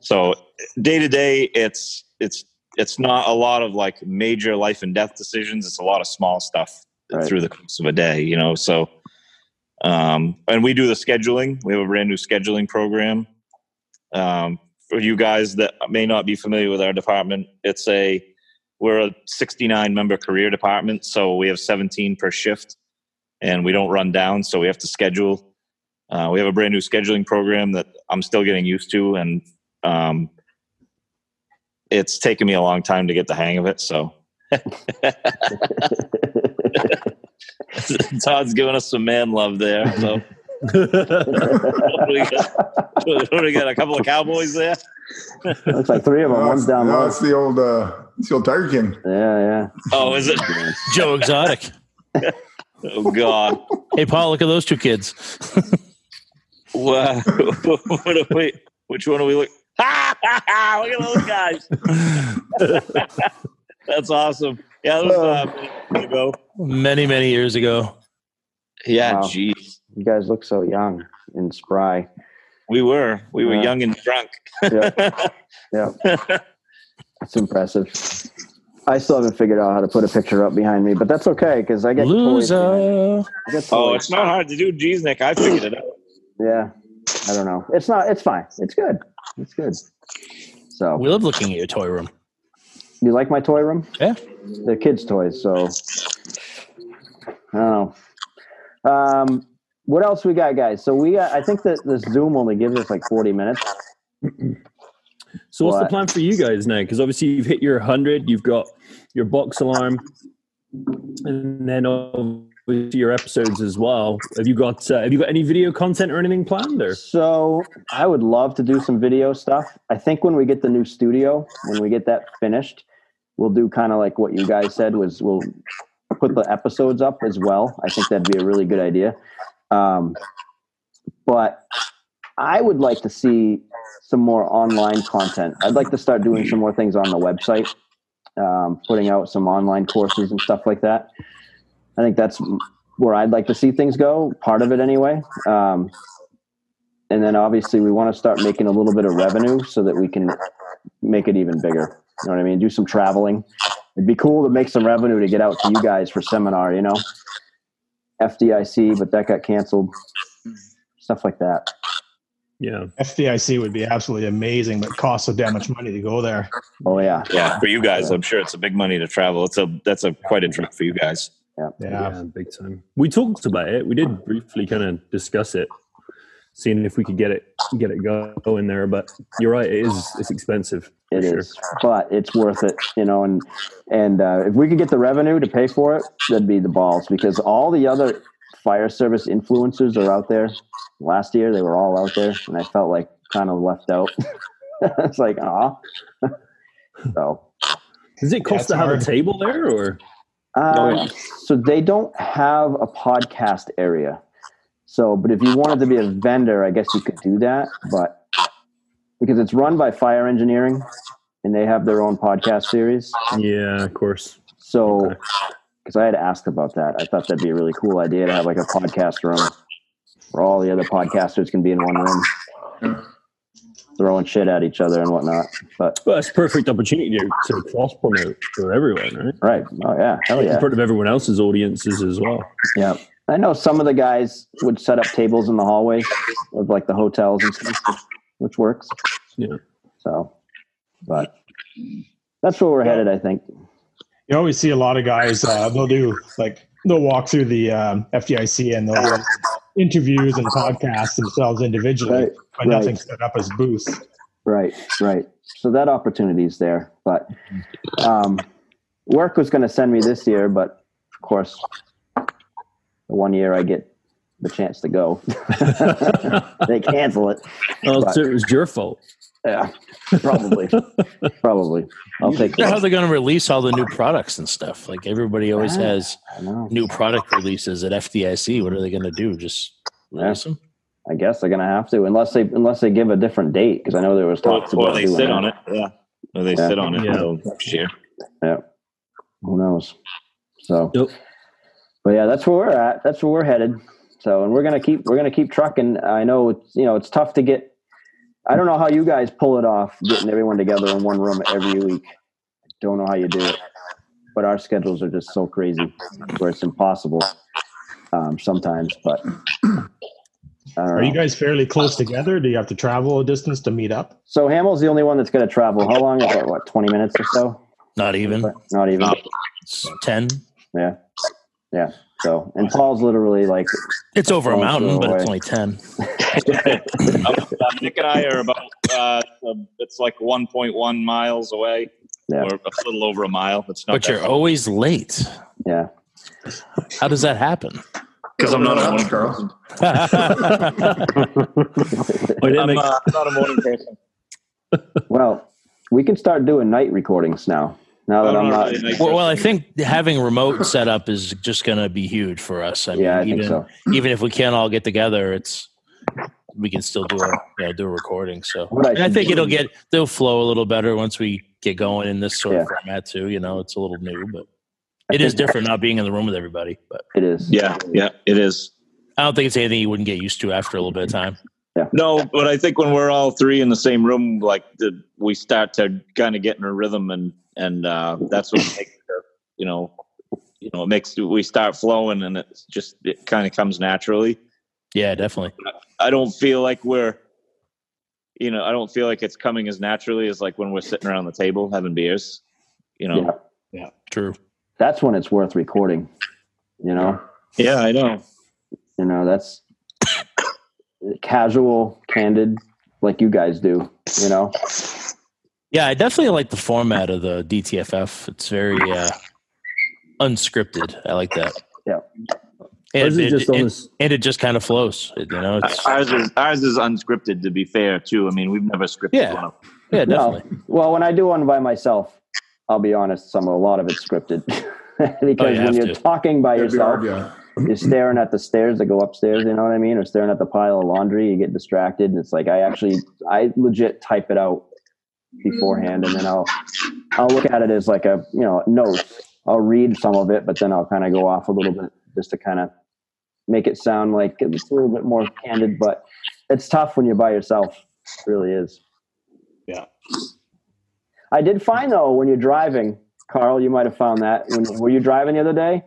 I: so day to day it's it's it's not a lot of like major life and death decisions it's a lot of small stuff
F: Right.
I: through the course of a day you know so um and we do the scheduling we have a brand new scheduling program um for you guys that may not be familiar with our department it's a we're a 69 member career department so we have 17 per shift and we don't run down so we have to schedule uh, we have a brand new scheduling program that i'm still getting used to and um, it's taken me a long time to get the hang of it. So Todd's giving us some man love there. So what do we got? What do we got? A couple of cowboys there.
F: Looks like three of them.
D: No,
F: One's
D: it's,
F: down
D: no,
F: low.
D: it's the old, uh, it's the old Tiger King.
F: Yeah,
I: Oh, is it?
F: yeah.
G: Joe Exotic.
I: Oh God.
G: Hey, Paul, look at those two kids.
I: Wow. what are we? Which one are we look? Ha ha ha! Look at those guys. That's awesome. Yeah, that was uh, ago.
G: Many, many years ago.
I: Yeah,
F: Wow.
I: jeez.
F: You guys look so young and spry.
I: We were we were
F: Yeah.
I: young and drunk.
F: Yeah, it's impressive. I still haven't figured out how to put a picture up behind me, but that's okay because I get toys behind-
G: Loser.
F: I get
I: Oh,
F: toys.
I: it's not hard to do, Jeez, Nick. I figured it out.
F: Yeah, I don't know. It's not. It's fine. It's good. It's good. So
G: We love looking at your toy room.
F: you like my toy room?
G: Yeah.
F: They're kids' toys, so I don't know. Um, what else we got, guys? So we got. I think that the Zoom only gives us like forty minutes.
H: So what's
F: What?
H: the plan for you guys now? Because obviously you've hit your hundred, you've got your box alarm, and then to your episodes as well. Have you got uh, Have you got any video content or anything planned? Or
F: So I would love to do some video stuff. I think when we get the new studio, when we get that finished, we'll do kind of like what you guys said was we'll put the episodes up as well. I think that'd be a really good idea. Um, but I would like to see some more online content. I'd like to start doing some more things on the website, um, putting out some online courses and stuff like that. I think that's where I'd like to see things go. Part of it, anyway. Um, and then obviously we want to start making a little bit of revenue so that we can make it even bigger. You know what I mean? Do some traveling. It'd be cool to make some revenue to get out to you guys for seminar. You know, FDIC, but that got canceled. Stuff like that.
H: yeah,
E: FDIC would be absolutely amazing, but costs so damn much money to go there.
F: Oh yeah,
I: Yeah, for you guys, I'm sure it's a big money to travel. It's a that's a quite a trip for you guys.
E: Yeah.
H: big time. We talked about it. We did briefly kind of discuss it, seeing if we could get it get it going there. But you're right, it is it's expensive.
F: it is,
H: Sure.
F: but it's worth it. You know, and and uh, if we could get the revenue to pay for it, that'd be the balls because all the other fire service influencers are out there. Last year they were all out there, and I felt like kind of left out. it's like ah, so.
H: Does it cost
E: it's
H: to have
E: hard.
H: a table there, or
F: Um, So they don't have a podcast area. So, but if you wanted to be a vendor, I guess you could do that. But because it's run by Fire Engineering, and they have their own podcast series.
H: yeah, of course.
F: So,
H: Okay.
F: because I had asked about that, I thought that'd be a really cool idea to have like a podcast room where all the other podcasters can be in one room,
D: Yeah.
F: throwing shit at each other and whatnot. But
H: Well, it's a perfect opportunity to, to cross promote for everyone, right?
F: right, oh yeah, hell yeah.
H: In front of everyone else's audiences as well.
F: Yeah. I know some of the guys would set up tables in the hallways of like the hotels and stuff, which works.
H: Yeah.
F: So, but that's where we're headed, I think.
E: You always see a lot of guys. Uh, they'll do like they'll walk through the um, FDIC and they'll do interviews and podcasts themselves individually,
F: Right,
E: but
F: right.
E: nothing set up as booths.
F: Right, right. So that opportunity is there. But um, work was going to send me this year, but of course, the one year I get the chance to go, they cancel it.
H: Oh,
F: But-
H: so it was your fault.
F: Yeah, probably. probably. I'll take
G: how
F: it.
G: they're going to release all the new products and stuff. Like everybody always
F: Yeah.
G: has
F: I know.
G: new product releases at FDIC. What are they going to do? Just release them?
F: I guess they're gonna have to, unless they unless they give a different date, because I know there was
I: Or,
F: talks
I: or
F: about
I: they
F: doing
I: sit
F: that.
I: on it. Yeah. Or they
F: Yeah.
I: sit on it
H: Yeah.
I: until next year.
F: Who knows? So,
H: Yep.
F: but yeah, that's where we're at. That's where we're headed. So, and we're gonna keep we're gonna keep trucking. I know it's you know it's tough to get. I don't know how you guys pull it off, getting everyone together in one room every week. Don't know how you do it, but our schedules are just so crazy where it's impossible um, sometimes. But I don't
E: Are
F: know.
E: you guys fairly close together? Do you have to travel a distance to meet up?
F: so Hamill's the only one that's gonna travel. How long is that? What twenty minutes or so?
G: Not even.
F: Not even.
G: It's 10.
F: So, and Paul's literally like,
G: It's over a
F: Oh,
G: mountain,
F: no
G: but it's
F: way.
G: only 10.
I: Uh, Nick and I are about uh, um, it's like 1.1 miles away,
F: Yeah.
I: or a little over a mile. It's not
G: But you're always late.
F: yeah,
G: How does that happen?
I: because I'm not a morning
D: Carl.
H: Oh, that
I: I'm
H: makes-
I: uh, not a morning person.
F: well, we can start doing night recordings now. Now
I: Oh,
F: that I'm not,
G: well, well, I think having remote setup is just going to be huge for us. I mean,
F: yeah, I
G: even
F: think so.
G: even if we can't all get together, it's we can still do a you know, do a recording. So
F: What I
G: And I
F: should
G: think
F: do-
G: it'll get they'll flow a little better once we get going in this sort
F: Yeah.
G: of format too. You know, it's a little new, but
F: I
G: it is
F: think-
G: different not being in the room with everybody. But
F: It is.
I: Yeah, yeah, it is.
G: I don't think it's anything you wouldn't get used to after a little bit of time.
I: No, but I think when we're all three in the same room, like the, we start to kind of get in a rhythm, and and uh, that's what makes the, you know, you know, it makes we start flowing, and it's just it kind of comes naturally.
G: Yeah, definitely.
I: I don't feel like we're, you know, I don't feel like it's coming as naturally as like when we're sitting around the table having beers. You know.
F: Yeah.
G: True.
F: That's when it's worth recording. You know,
I: Yeah, I know.
F: you know that's casual, candid, like you guys do. You know,
G: Yeah, I definitely like the format of the DTFF. It's very uh, unscripted. I like that. And,
F: Ours is
G: it,
F: just on
G: and-
F: this-
G: and it just kind of flows. It- You know, it's,
I: Ours is ours is unscripted. To be fair, too. I mean, we've never scripted
G: Yeah.
I: one.
G: yeah,
F: No.
G: definitely.
F: Well, when I do one by myself, I'll be honest, some a lot of it's scripted. because when
G: Oh, have
F: you're
G: to.
F: talking by
D: That'd be
F: yourself,
D: hard, yeah.
F: you're staring at the stairs that go upstairs, you know what I mean? Or staring at the pile of laundry, you get distracted. And it's like, I actually, I legit type it out beforehand and then I'll, I'll look at it as like a, you know, notes. I'll read some of it, but then I'll kind of go off a little bit just to kind of make it sound like it's a little bit more candid, but it's tough when you're by yourself. It really is.
E: Yeah.
F: I did find though, when you're driving, Carl, you might have found that. When, were you driving the other day?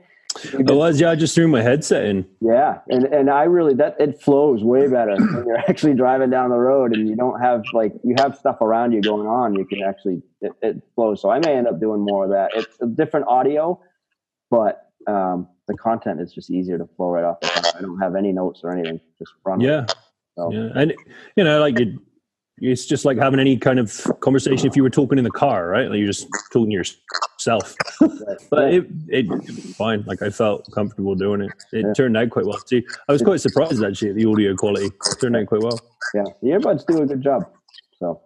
H: I was, yeah, I just threw my headset in.
F: Yeah, and and I really that it flows way better when you're actually driving down the road and you don't have like you have stuff around you going on. You can actually it, it flows. So I may end up doing more of that. It's a different audio, but um, the content is just easier to flow right off the top. I don't have any notes or anything. Just run. with it.
H: Yeah.
F: So-
H: Yeah. And, you know, like it, it's just like having any kind of conversation if you were talking in the car, right? Like you're just talking to yourself. but it, it, fine. Like I felt comfortable doing it. It
F: Yeah.
H: turned out quite well too. I was quite surprised actually at the audio quality. It turned out quite well.
F: yeah. The earbuds do a good job. So.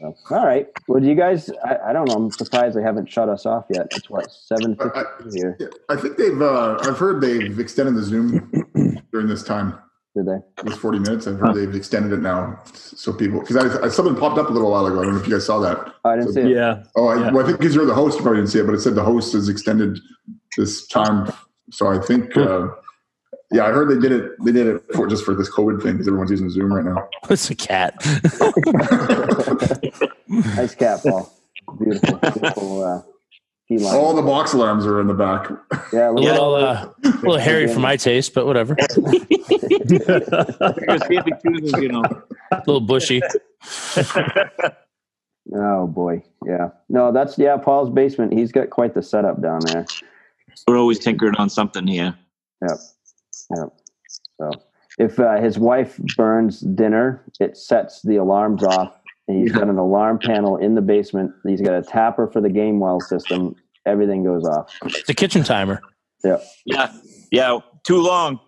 F: so, all right. Well, do you guys? I, I don't know. I'm surprised they haven't shut us off yet. It's what seven
D: I, I,
F: fifty here.
D: yeah, I think they've. Uh, I've heard they've extended the Zoom during this time.
F: Did they?
D: It was 40 minutes. I've heard they've extended it now, so people because I, I something popped up a little while ago. I don't know if you guys saw that.
F: I didn't see it.
H: Yeah.
D: Oh, I,
H: Yeah.
D: well, I think because you're the host, you probably didn't see it, but it said the host has extended this time. So I think, uh, yeah, I heard they did it. They did it for just for this COVID thing because everyone's using Zoom right now.
G: It's a cat.
F: Nice cat, Paul. Beautiful, beautiful uh, key line.
D: All the box alarms are in the back.
F: yeah, look at all
G: little,
F: the-
G: uh, little hairy for my taste, but whatever.
I: Because Catholic chooses, you know.
G: A little bushy.
F: Oh boy, yeah. No, that's yeah. Paul's basement. He's got quite the setup down there.
I: We're always tinkering on something here.
F: So if uh, his wife burns dinner, it sets the alarms off. And he's got an alarm panel in the basement. He's got a tapper for the game well system. Everything goes off.
G: It's a kitchen timer.
I: Yeah. Yeah. Too long.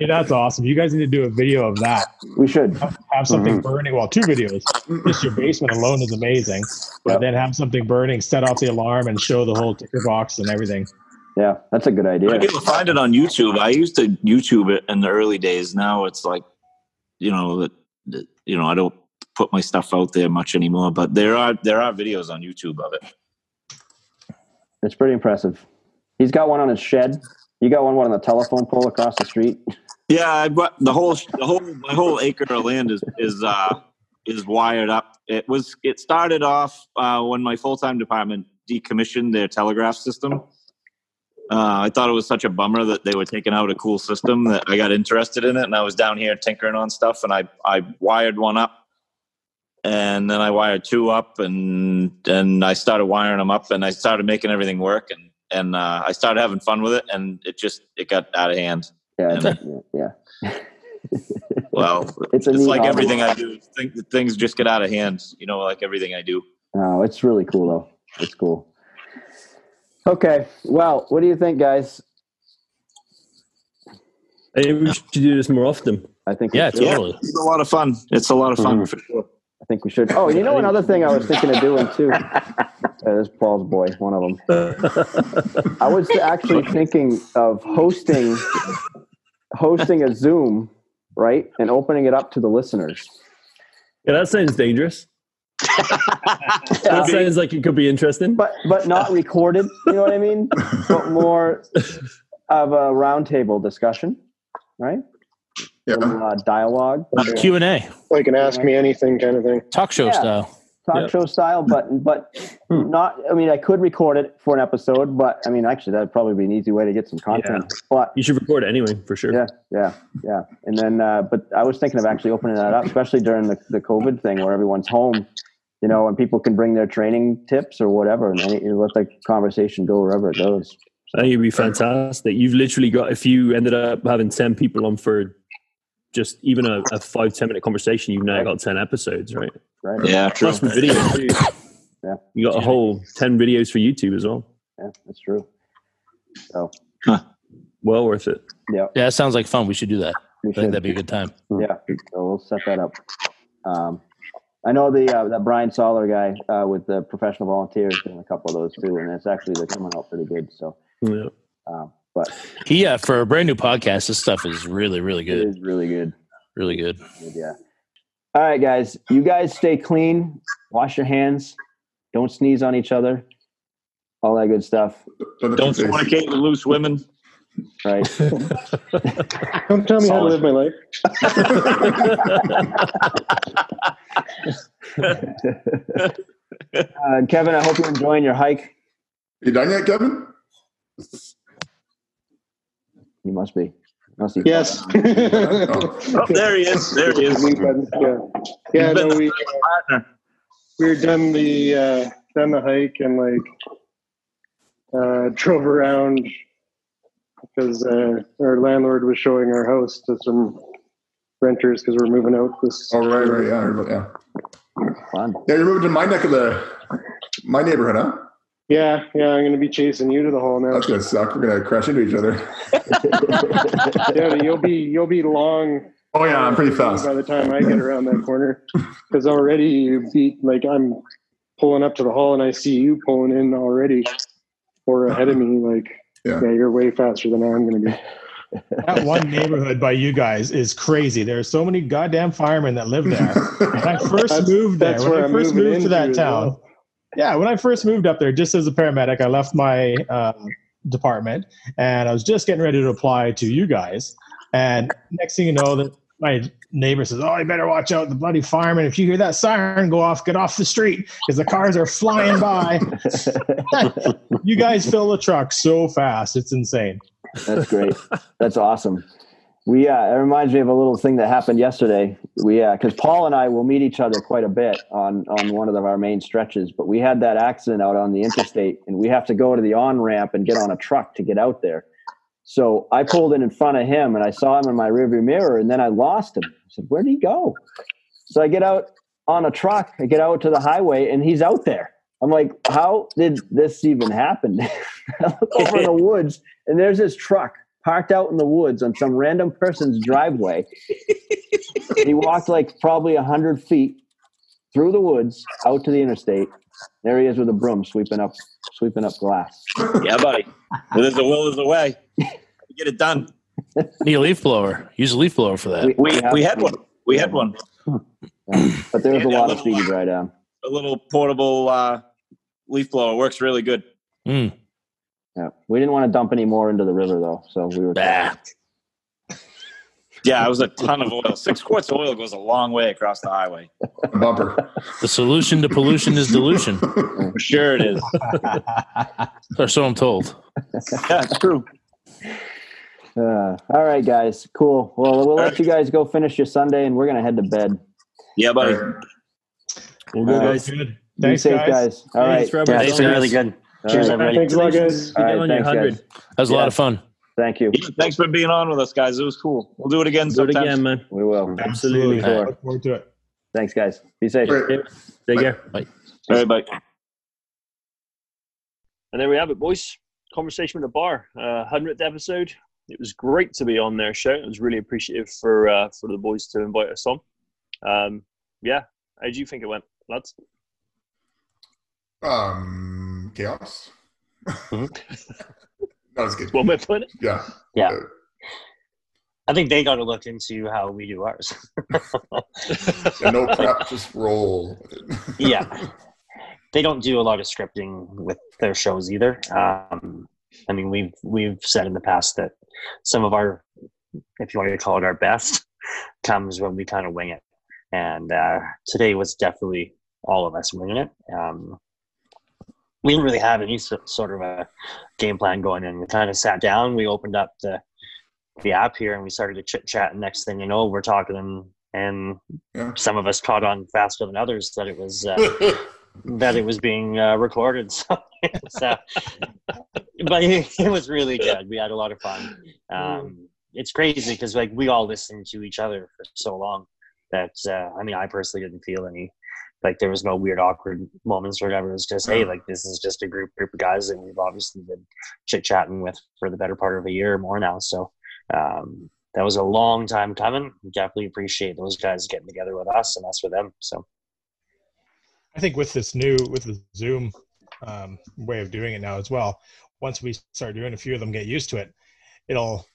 E: Yeah, that's awesome. You guys need to do a video of that.
F: We should.
E: Have something burning. Well, two videos. Just your basement alone is amazing. But then have something burning, set off the alarm, and show the whole ticker box and everything.
F: Yeah, that's a good
I: I
F: idea.
I: can find it on YouTube. I used to YouTube it in the early days. Now it's like, you know, that that- you know, I don't put my stuff out there much anymore. But there are there are videos on YouTube of it.
F: It's pretty impressive. He's got one on his shed. You got one, one on the telephone pole across the street.
I: Yeah, I brought the whole the whole my whole acre of land is is uh is wired up. It was it started off uh, when my full time department decommissioned their telegraph system. Uh, I thought it was such a bummer that they were taking out a cool system that I got interested in it, and I was down here tinkering on stuff, and I I wired one up, and then I wired two up, and and I started wiring them up, and I started making everything work, and and uh, I started having fun with it, and it just it got out of hand.
F: Yeah, yeah, yeah.
I: Well,
F: It's
I: it's,
F: a neat
I: like
F: hobby.
I: everything I do. Think, things just get out of hand, you know, like everything I do.
F: No, Oh, it's really cool though. It's cool. Okay. Well, what do you think, guys?
H: Maybe we should do this more often.
F: I think
G: Yeah,
F: we should.
G: totally.
I: It's a lot of fun. It's a lot of fun for sure.
F: I think we should. Oh, you know another thing I was thinking of doing too. Uh, There's Paul's boy, one of them. I was actually thinking of hosting hosting a Zoom, right, and opening it up to the listeners.
H: Yeah, that sounds dangerous. That sounds like it could be interesting.
F: but but not recorded. You know what I mean? But more of a roundtable discussion, right?
D: yeah.
F: Little, uh, dialogue,
G: Q and A,
C: Like an ask me anything kind of thing.
G: talk show
F: Yeah.
G: style.
F: talk
H: Yep.
F: show style, but but not. I mean, I could record it for an episode, but I mean, actually, that'd probably be an easy way to get some content. But
H: You should record it anyway, for sure.
F: yeah, yeah, yeah. And then, uh, but I was thinking of actually opening that up, especially during the, the COVID thing where everyone's home. You know, and people can bring their training tips or whatever, and any, let the conversation go wherever it goes.
H: I think it'd be fantastic. You've literally got if you ended up having ten people on for just even a, a five ten minute conversation, you've now got ten episodes, right?
F: Right?
I: Yeah, true.
H: Plus with video, too.
F: Yeah.
H: you got a whole ten videos for YouTube as well.
F: Yeah, that's true. So
H: Well worth it.
F: yeah,
G: Yeah, that sounds like fun. We should do that.
F: we
G: I think
F: should.
G: that'd be a good time.
F: Yeah, so we'll set that up. Um, I know the uh, that Brian Soller guy uh, with the professional volunteers doing a couple of those too, and it's actually they're coming out pretty good. So,
H: Yeah.
F: um, but
G: Yeah, uh, for a brand new podcast, this stuff is really, really
F: it
G: good.
F: is really good.
G: Really good.
F: Yeah. All right, guys. You guys stay clean. Wash your hands. Don't sneeze on each other. All that good stuff.
I: Don't fornicate with loose women.
F: Right.
C: Don't tell me how to live my life.
F: Uh, Kevin, I hope you're enjoying your hike.
D: You done yet, Kevin?
F: You must be. Must be
C: Yes.
I: Oh, there he is. There he is.
C: Leave buttons, yeah. Yeah,
I: You've been
C: no, we,
I: Partner.
C: we were done the uh, done the hike and like uh, drove around because uh, our landlord was showing our house to some renters because we're moving out this
D: Oh, right, right, yeah, right, yeah.
F: Fun.
D: Yeah, you're moving to my neck of the, my neighborhood, huh?
C: yeah yeah i'm gonna be chasing you to the hole now
D: That's gonna suck. We're gonna crash into each other.
C: yeah you'll be you'll be long
D: Oh yeah, I'm pretty fast.
C: by the time i get around that corner because already you beat like i'm pulling up to the hall and i see you pulling in already or ahead of me like
D: Yeah.
C: yeah you're way faster than i'm gonna be
E: That one neighborhood by you guys is crazy. There are so many goddamn firemen that live there. When I first
C: That's-
E: moved there,
C: that's
E: when
C: where
E: I
C: I'm
E: first
C: moving
E: moved to
C: into
E: that
C: as
E: town,
C: well.
E: yeah, when I first moved up there, just as a paramedic, I left my um, department and I was just getting ready to apply to you guys. And next thing you know, that my neighbor says, "Oh, you better watch out, the bloody fireman! If you hear that siren go off, get off the street because the cars are flying by." you guys fill the truck so fast, it's insane.
F: That's great. That's awesome. We uh, it reminds me of a little thing that happened yesterday. We because Paul and I will meet each other quite a bit on on one of our main stretches, but we had that accident out on the interstate, and we have to go to the on ramp and get on a truck to get out there. So I pulled in in front of him, and I saw him in my rearview mirror, and then I lost him. I said, "Where'd he go?" So I get out on a truck, I get out to the highway, and he's out there. I'm like, "How did this even happen?" I look over in the woods, and there's this truck parked out in the woods on some random person's driveway. And he walked like probably a hundred feet through the woods out to the interstate. There he is with a broom sweeping up, sweeping up glass.
I: Yeah, buddy. Well, there's a will, there's a way. Get it done.
G: Need a leaf blower. Use a leaf blower for that.
I: We
F: have-
I: we had one. We had one.
F: but there was a
I: Yeah,
F: lot of um,
I: that little
F: speed dry down.
I: A little portable uh, leaf blower works really good.
G: Mm.
F: Yeah, we didn't want to dump any more into the river though, so we were.
G: Bah.
I: Yeah, it was a ton of oil. Six quarts of oil goes a long way across the highway.
D: A bumper.
G: The solution to pollution is dilution.
I: For sure it is.
G: Or so I'm told.
I: Yeah, it's true.
F: Uh, all right, guys, cool. Well, we'll let you guys go finish your Sunday, and we're gonna head to bed.
I: Yeah, buddy.
H: Well, good
F: All right.
H: guys.
E: Good.
F: Be
E: Thanks,
F: safe,
E: guys.
F: guys. All right.
H: Thanks for
B: Yeah,
H: everybody.
B: it's been really good. Cheers,
F: All right.
B: everybody.
C: thanks a lot guys
F: All
H: Get
F: right,
H: on your
F: thanks, guys.
H: 100.
G: That was a lot of fun.
F: Thank you.
I: Yeah, thanks for being on with us, guys. It was cool. We'll do it again
H: Do it
I: sometime.
H: again, man.
F: We will.
H: Absolutely.
F: Sure.
E: Look forward to it.
F: Thanks, guys. Be safe.
D: Great.
H: Take care.
I: All right, bye.
A: And there we have it, boys. Conversation with the bar, uh, hundredth episode. It was great to be on their show. It was really appreciative for uh, for the boys to invite us on. Um, yeah, how do you think it went, lads?
D: Um, chaos. that was good.
A: One way of putting it.
D: Yeah.
B: Yeah.
D: Uh,
B: I think they got to look into how we do ours.
D: yeah, no prep, just roll.
B: yeah, they don't do a lot of scripting with their shows either. Um, I mean, we've we've said in the past that some of our, if you want to call it our best, comes when we kind of wing it. And uh, today was definitely all of us winging it. Um, we didn't really have any so, sort of a game plan going in. We kind of sat down, we opened up the the app here, and we started to chit chat. And next thing you know, we're talking, and, and
D: Yeah.
B: some of us caught on faster than others that it was. Uh, that it was being uh, recorded. So, so but it, it was really good. We had a lot of fun. Um, it's crazy because like we all listened to each other for so long that uh, I mean, I personally didn't feel any like there was no weird awkward moments or whatever. It was just, hey, like this is just a group group of guys that we've obviously been chit chatting with for the better part of a year or more now. So um, that was a long time coming. We definitely appreciate those guys getting together with us and us with them. So
E: I think with this new with the Zoom um, way of doing it now as well, once we start doing a few of them, get used to it. It'll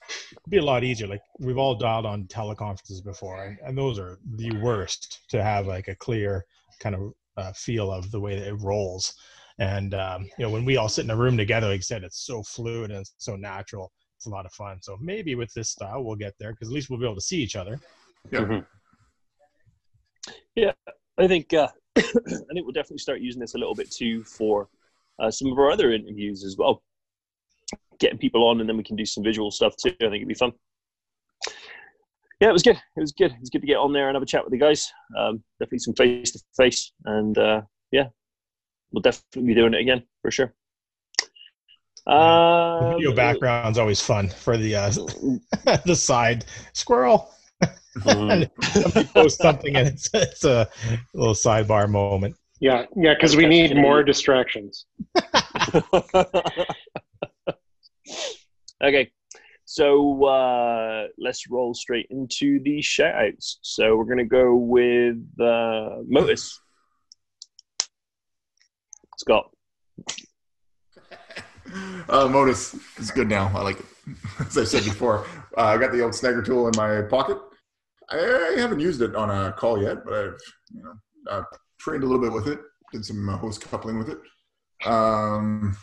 E: be a lot easier. Like we've all dialed on teleconferences before, and, and those are the worst to have like a clear kind of uh, feel of the way that it rolls. And um, you know, when we all sit in a room together, like I said, it's so fluid and it's so natural. It's a lot of fun. So maybe with this style, we'll get there because at least we'll be able to see each other.
D: Yeah.
A: Yeah, I think uh, I think we'll definitely start using this a little bit too for uh, some of our other interviews as well. Getting people on, and then we can do some visual stuff too. I think it'd be fun. Yeah, it was good. It was good. It was good to get on there and have a chat with the guys. Um, definitely some face to face, and uh, yeah, we'll definitely be doing it again for sure.
E: The
B: Um,
A: Uh,
E: video background's always fun for the uh, the side squirrel. Somebody post something and it's, it's a little sidebar moment.
C: Yeah, yeah, because we need more distractions.
A: okay, so uh, let's roll straight into the shout outs. So we're going to go with uh, Motus. Scott.
D: Uh, Modus is good now. I like it. As I said before, uh, I got the old snagger tool in my pocket. I, I haven't used it on a call yet, but I've you know uh, trained a little bit with it. Did some uh, host coupling with it. Um,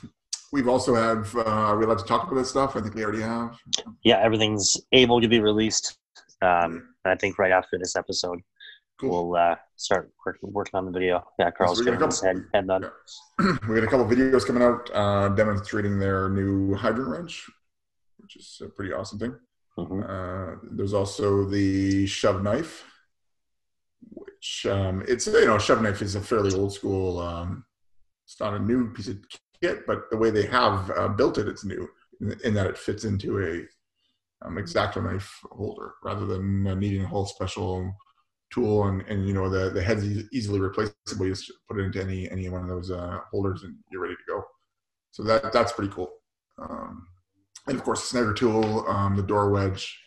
D: we've also have. Uh, are we allowed to talk about this stuff? I think we already have.
B: yeah, everything's able to be released. Um, and I think right after this episode,
D: Cool.
B: we'll uh, start working, working on the video. Yeah, Carl's
D: we're gonna
B: getting his head, head done.
D: we got a couple videos coming out uh, demonstrating their new hydrant wrench, which is a pretty awesome thing.
B: Mhm.
D: Uh, there's also the shove knife, which um, it's you know shove knife is a fairly old school. Um, it's not a new piece of kit, but the way they have uh, built it, it's new in, in that it fits into a um, exacto knife holder rather than uh, needing a whole special tool and, and you know the the head's eas- easily replaceable. You just put it into any any one of those uh, holders and you're ready to go. So that that's pretty cool. Um, and of course, the snagger tool, um, the door wedge,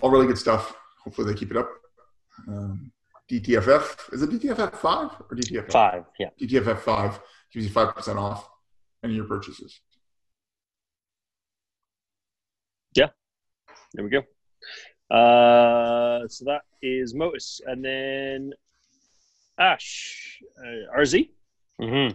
D: all really good stuff. Hopefully they keep it up. Um, DTFF is it DTFF five or DTFF
B: Five, yeah.
D: DTFF five gives you five percent off any of your purchases.
A: There we go. Uh, so that is Motus. And then Ash. Uh, RZ.
B: hmm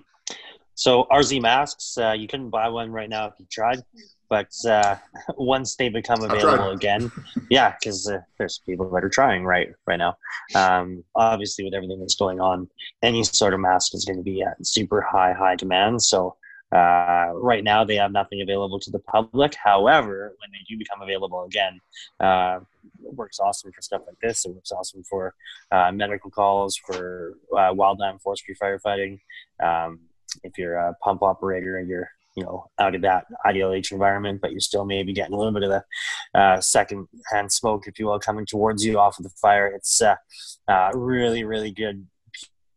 B: So RZ masks, uh, you couldn't buy one right now if you tried, but uh, once they become
D: tried.
B: available again, yeah, because uh, there's people that are trying right right now. Um, obviously, with everything that's going on, any sort of mask is going to be at super high high demand. So uh, right now, they have nothing available to the public. However, when they do become available again, uh, it works awesome for stuff like this. It works awesome for uh, medical calls, for uh, wildland forestry firefighting um, if you're a pump operator and you're you know out of that IDLH environment, but you're still maybe getting a little bit of the uh, second hand smoke, if you will, coming towards you off of the fire. It's uh, uh, really really good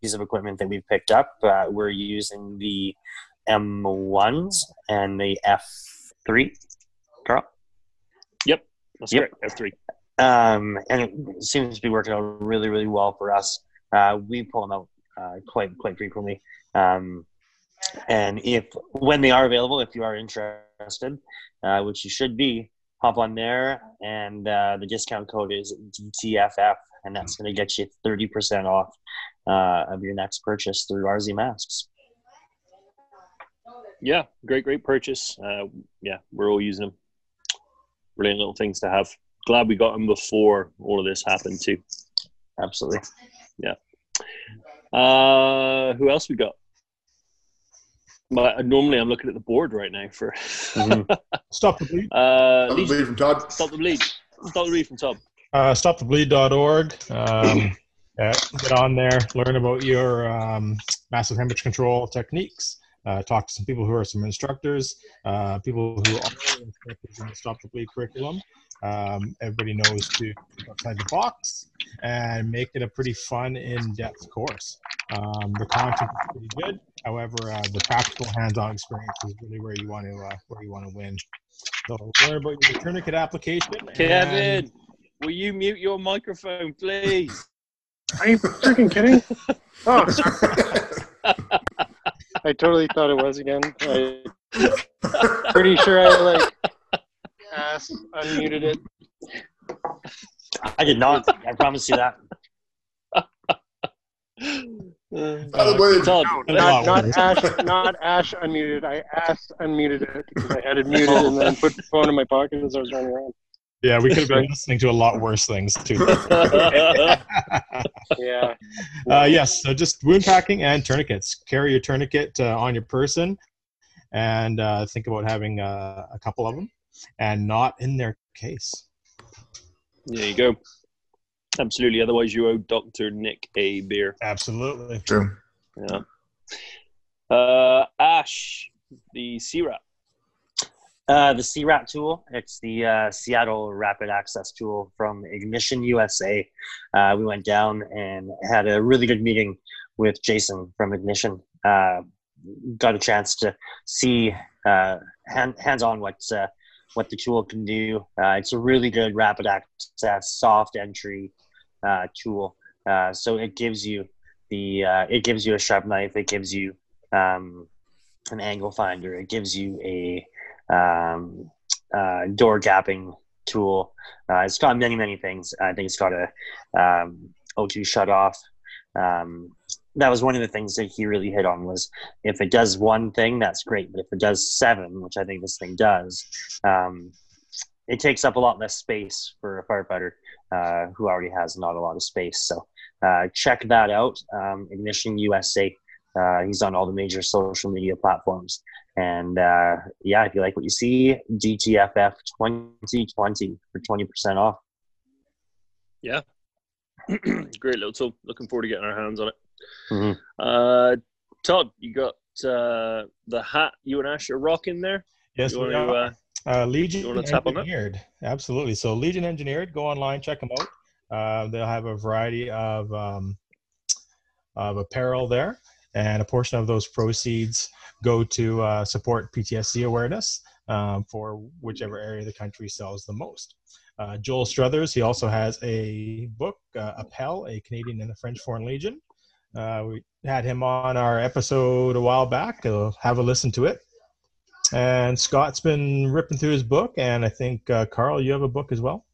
B: piece of equipment that we've picked up. Uh, we're using the M1s and the F3. Carl.
A: That's
B: Yep.
A: correct. F3.
B: Um, and it seems to be working out really, really well for us. Uh, we pull them out uh, quite, quite frequently. Um, and if when they are available, if you are interested, uh, which you should be, hop on there, and uh, the discount code is DTFF, and that's going to get you thirty percent off uh, of your next purchase through RZ Masks.
A: Yeah. Great, great purchase. Uh, yeah. We're all using them. Brilliant little things to have. Glad we got them before all of this happened too.
B: Absolutely.
A: Uh, who else we got? My, normally, I'm looking at the board right now for
E: Stop the bleed.
A: uh,
D: Another
A: Legion-
D: lead from Todd.
A: stop the bleed. Stop the bleed from Tom.
E: Uh, stopthebleed.org. Um, uh, get on there, learn about your um, massive hemorrhage control techniques. Uh, talk to some people who are some instructors, uh, people who are instructors in the Stop the Bleed curriculum, um, everybody knows to think outside the box and make it a pretty fun, in-depth course. Um, the content is pretty good. However, uh, the practical hands-on experience is really where you want to uh, where you want to win. So learn about your tourniquet application. and-
A: Kevin, will you mute your microphone, please?
C: Are you freaking kidding? Oh, I totally thought it was again. I, pretty sure I like asked, unmuted it.
B: I did not. I promise you that.
D: By the way,
A: Todd,
C: Not, not Ash, not Ash unmuted. I asked, unmuted it because I had it muted and then put the phone in my pocket as I was running around.
E: yeah, we could have been listening to a lot worse things too.
C: Yeah,
E: Uh, yes, so just wound packing and tourniquets. Carry your tourniquet uh, on your person, and uh, think about having uh, a couple of them, and not in their case.
A: There you go. Absolutely. Otherwise, you owe Dr. Nick a beer.
E: Absolutely.
D: True.
A: Yeah. Uh, Ash, the Sea Rat.
B: Uh, the CRAT tool. It's the uh, Seattle Rapid Access tool from Ignition USA. Uh, we went down and had a really good meeting with Jason from Ignition. Uh, got a chance to see uh, hand, hands-on what uh, what the tool can do. Uh, it's a really good rapid access, soft entry uh, tool. Uh, so it gives you the uh, it gives you a sharp knife. It gives you um, an angle finder. It gives you a um, uh, door gapping tool. Uh, it's got many, many things. I think it's got a um, O2 shutoff. Um, that was one of the things that he really hit on was if it does one thing, that's great. But if it does seven, which I think this thing does, um, it takes up a lot less space for a firefighter uh, who already has not a lot of space. So uh, check that out. Um, Ignition USA. Uh, he's on all the major social media platforms. And uh, yeah, if you like what you see, GTFF 2020 for 20% off.
A: Great little tool. Looking forward to getting our hands on it.
B: Mhm.
A: Uh, Todd, you got uh, the hat you and Ash are rocking there.
E: Yes,
A: you
E: we
A: wanna,
E: are.
A: uh,
E: Uh, Legion
A: You wanna tap on that?
E: Engineered, absolutely. So Legion Engineered, go online, check them out. Uh, they'll have a variety of um, of apparel there, and a portion of those proceeds go to uh, support PTSD awareness um, for whichever area of the country sells the most. Uh, Joel Struthers, he also has a book, uh, Appel, a Canadian in the French Foreign Legion. Uh, we had him on our episode a while back. Uh, have a listen to it. And Scott's been ripping through his book, and I think uh, Carl, you have a book as well.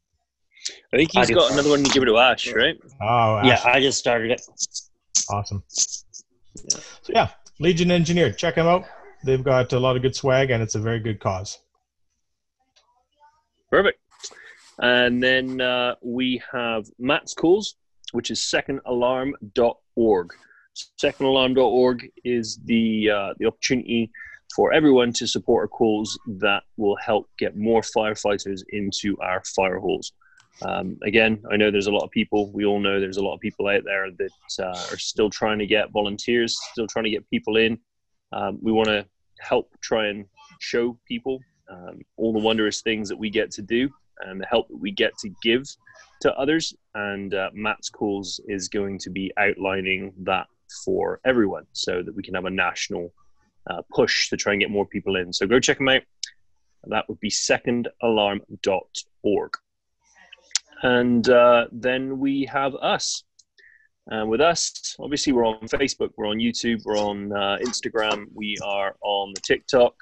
A: I think
B: I
A: he's
B: do.
A: got another one to give it to Ash, right?
E: Oh,
B: Yeah,
E: Ash,
B: I just started it.
E: awesome. So yeah, Legion Engineer, check them out. They've got a lot of good swag, and it's a very good cause.
A: Perfect. And then uh, we have Matt's Calls, which is secondalarm.org. Secondalarm.org is the uh, the opportunity for everyone to support our calls that will help get more firefighters into our fire halls. Um, again, I know there's a lot of people. We all know there's a lot of people out there that uh, are still trying to get volunteers, still trying to get people in. Um, we want to help try and show people um, all the wondrous things that we get to do and the help that we get to give to others. And uh, Matt's Calls is going to be outlining that for everyone so that we can have a national uh, push to try and get more people in. So go check them out. That would be secondalarm.org. And uh, then we have us. And with us, obviously, we're on Facebook, we're on YouTube, we're on uh, Instagram, we are on the TikTok.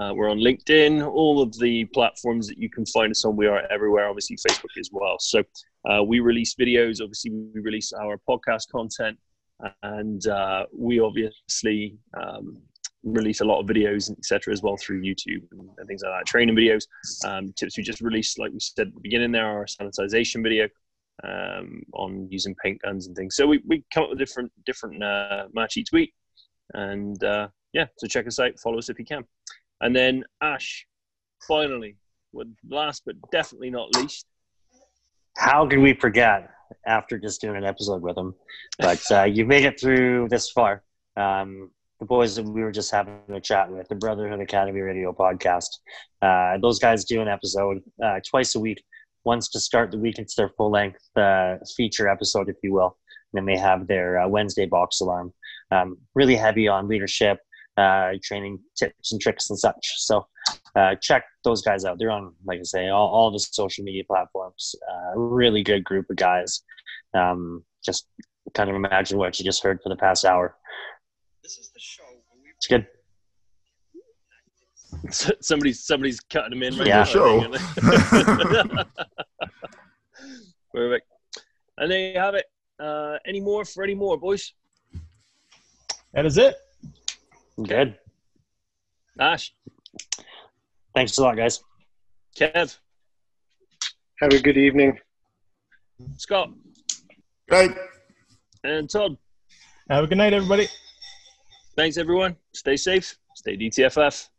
A: Uh, we're on LinkedIn, all of the platforms that you can find us on. We are everywhere, obviously, Facebook as well. So uh, we release videos, obviously, we release our podcast content, and uh, we obviously um, release a lot of videos, and et cetera, as well through YouTube and, and things like that. Training videos, um, tips we just released, like we said at the beginning, there our sanitization video um, on using paint guns and things. So we, we come up with different, different uh, match each week. And uh, yeah, so check us out, follow us if you can. And then Ash, finally, with last but definitely not least,
B: How could we forget after just doing an episode with him? But uh, you've made it through this far. Um, the boys that we were just having a chat with, the Brotherhood Academy Radio podcast. Uh, those guys do an episode uh, twice a week. Once to start the week, it's their full length uh, feature episode, if you will. And then they have their uh, Wednesday box alarm, um, really heavy on leadership, uh, training tips and tricks and such. So uh, check those guys out. They're on, like I say, all, all the social media platforms. Uh, really good group of guys. Um, just kind of imagine what you just heard for the past hour. It's good.
A: somebody's somebody's cutting them in right
B: Yeah.
A: now. I
D: Show.
A: think. Perfect. And there you have it. Uh, any more for any more, boys?
E: That is it.
B: Good.
A: Ash,
B: Thanks a lot, guys.
A: Kev,
C: Have a good evening.
A: Scott,
D: Right.
A: and Todd.
E: Have a good night, everybody.
A: Thanks, everyone. Stay safe. Stay DTFF.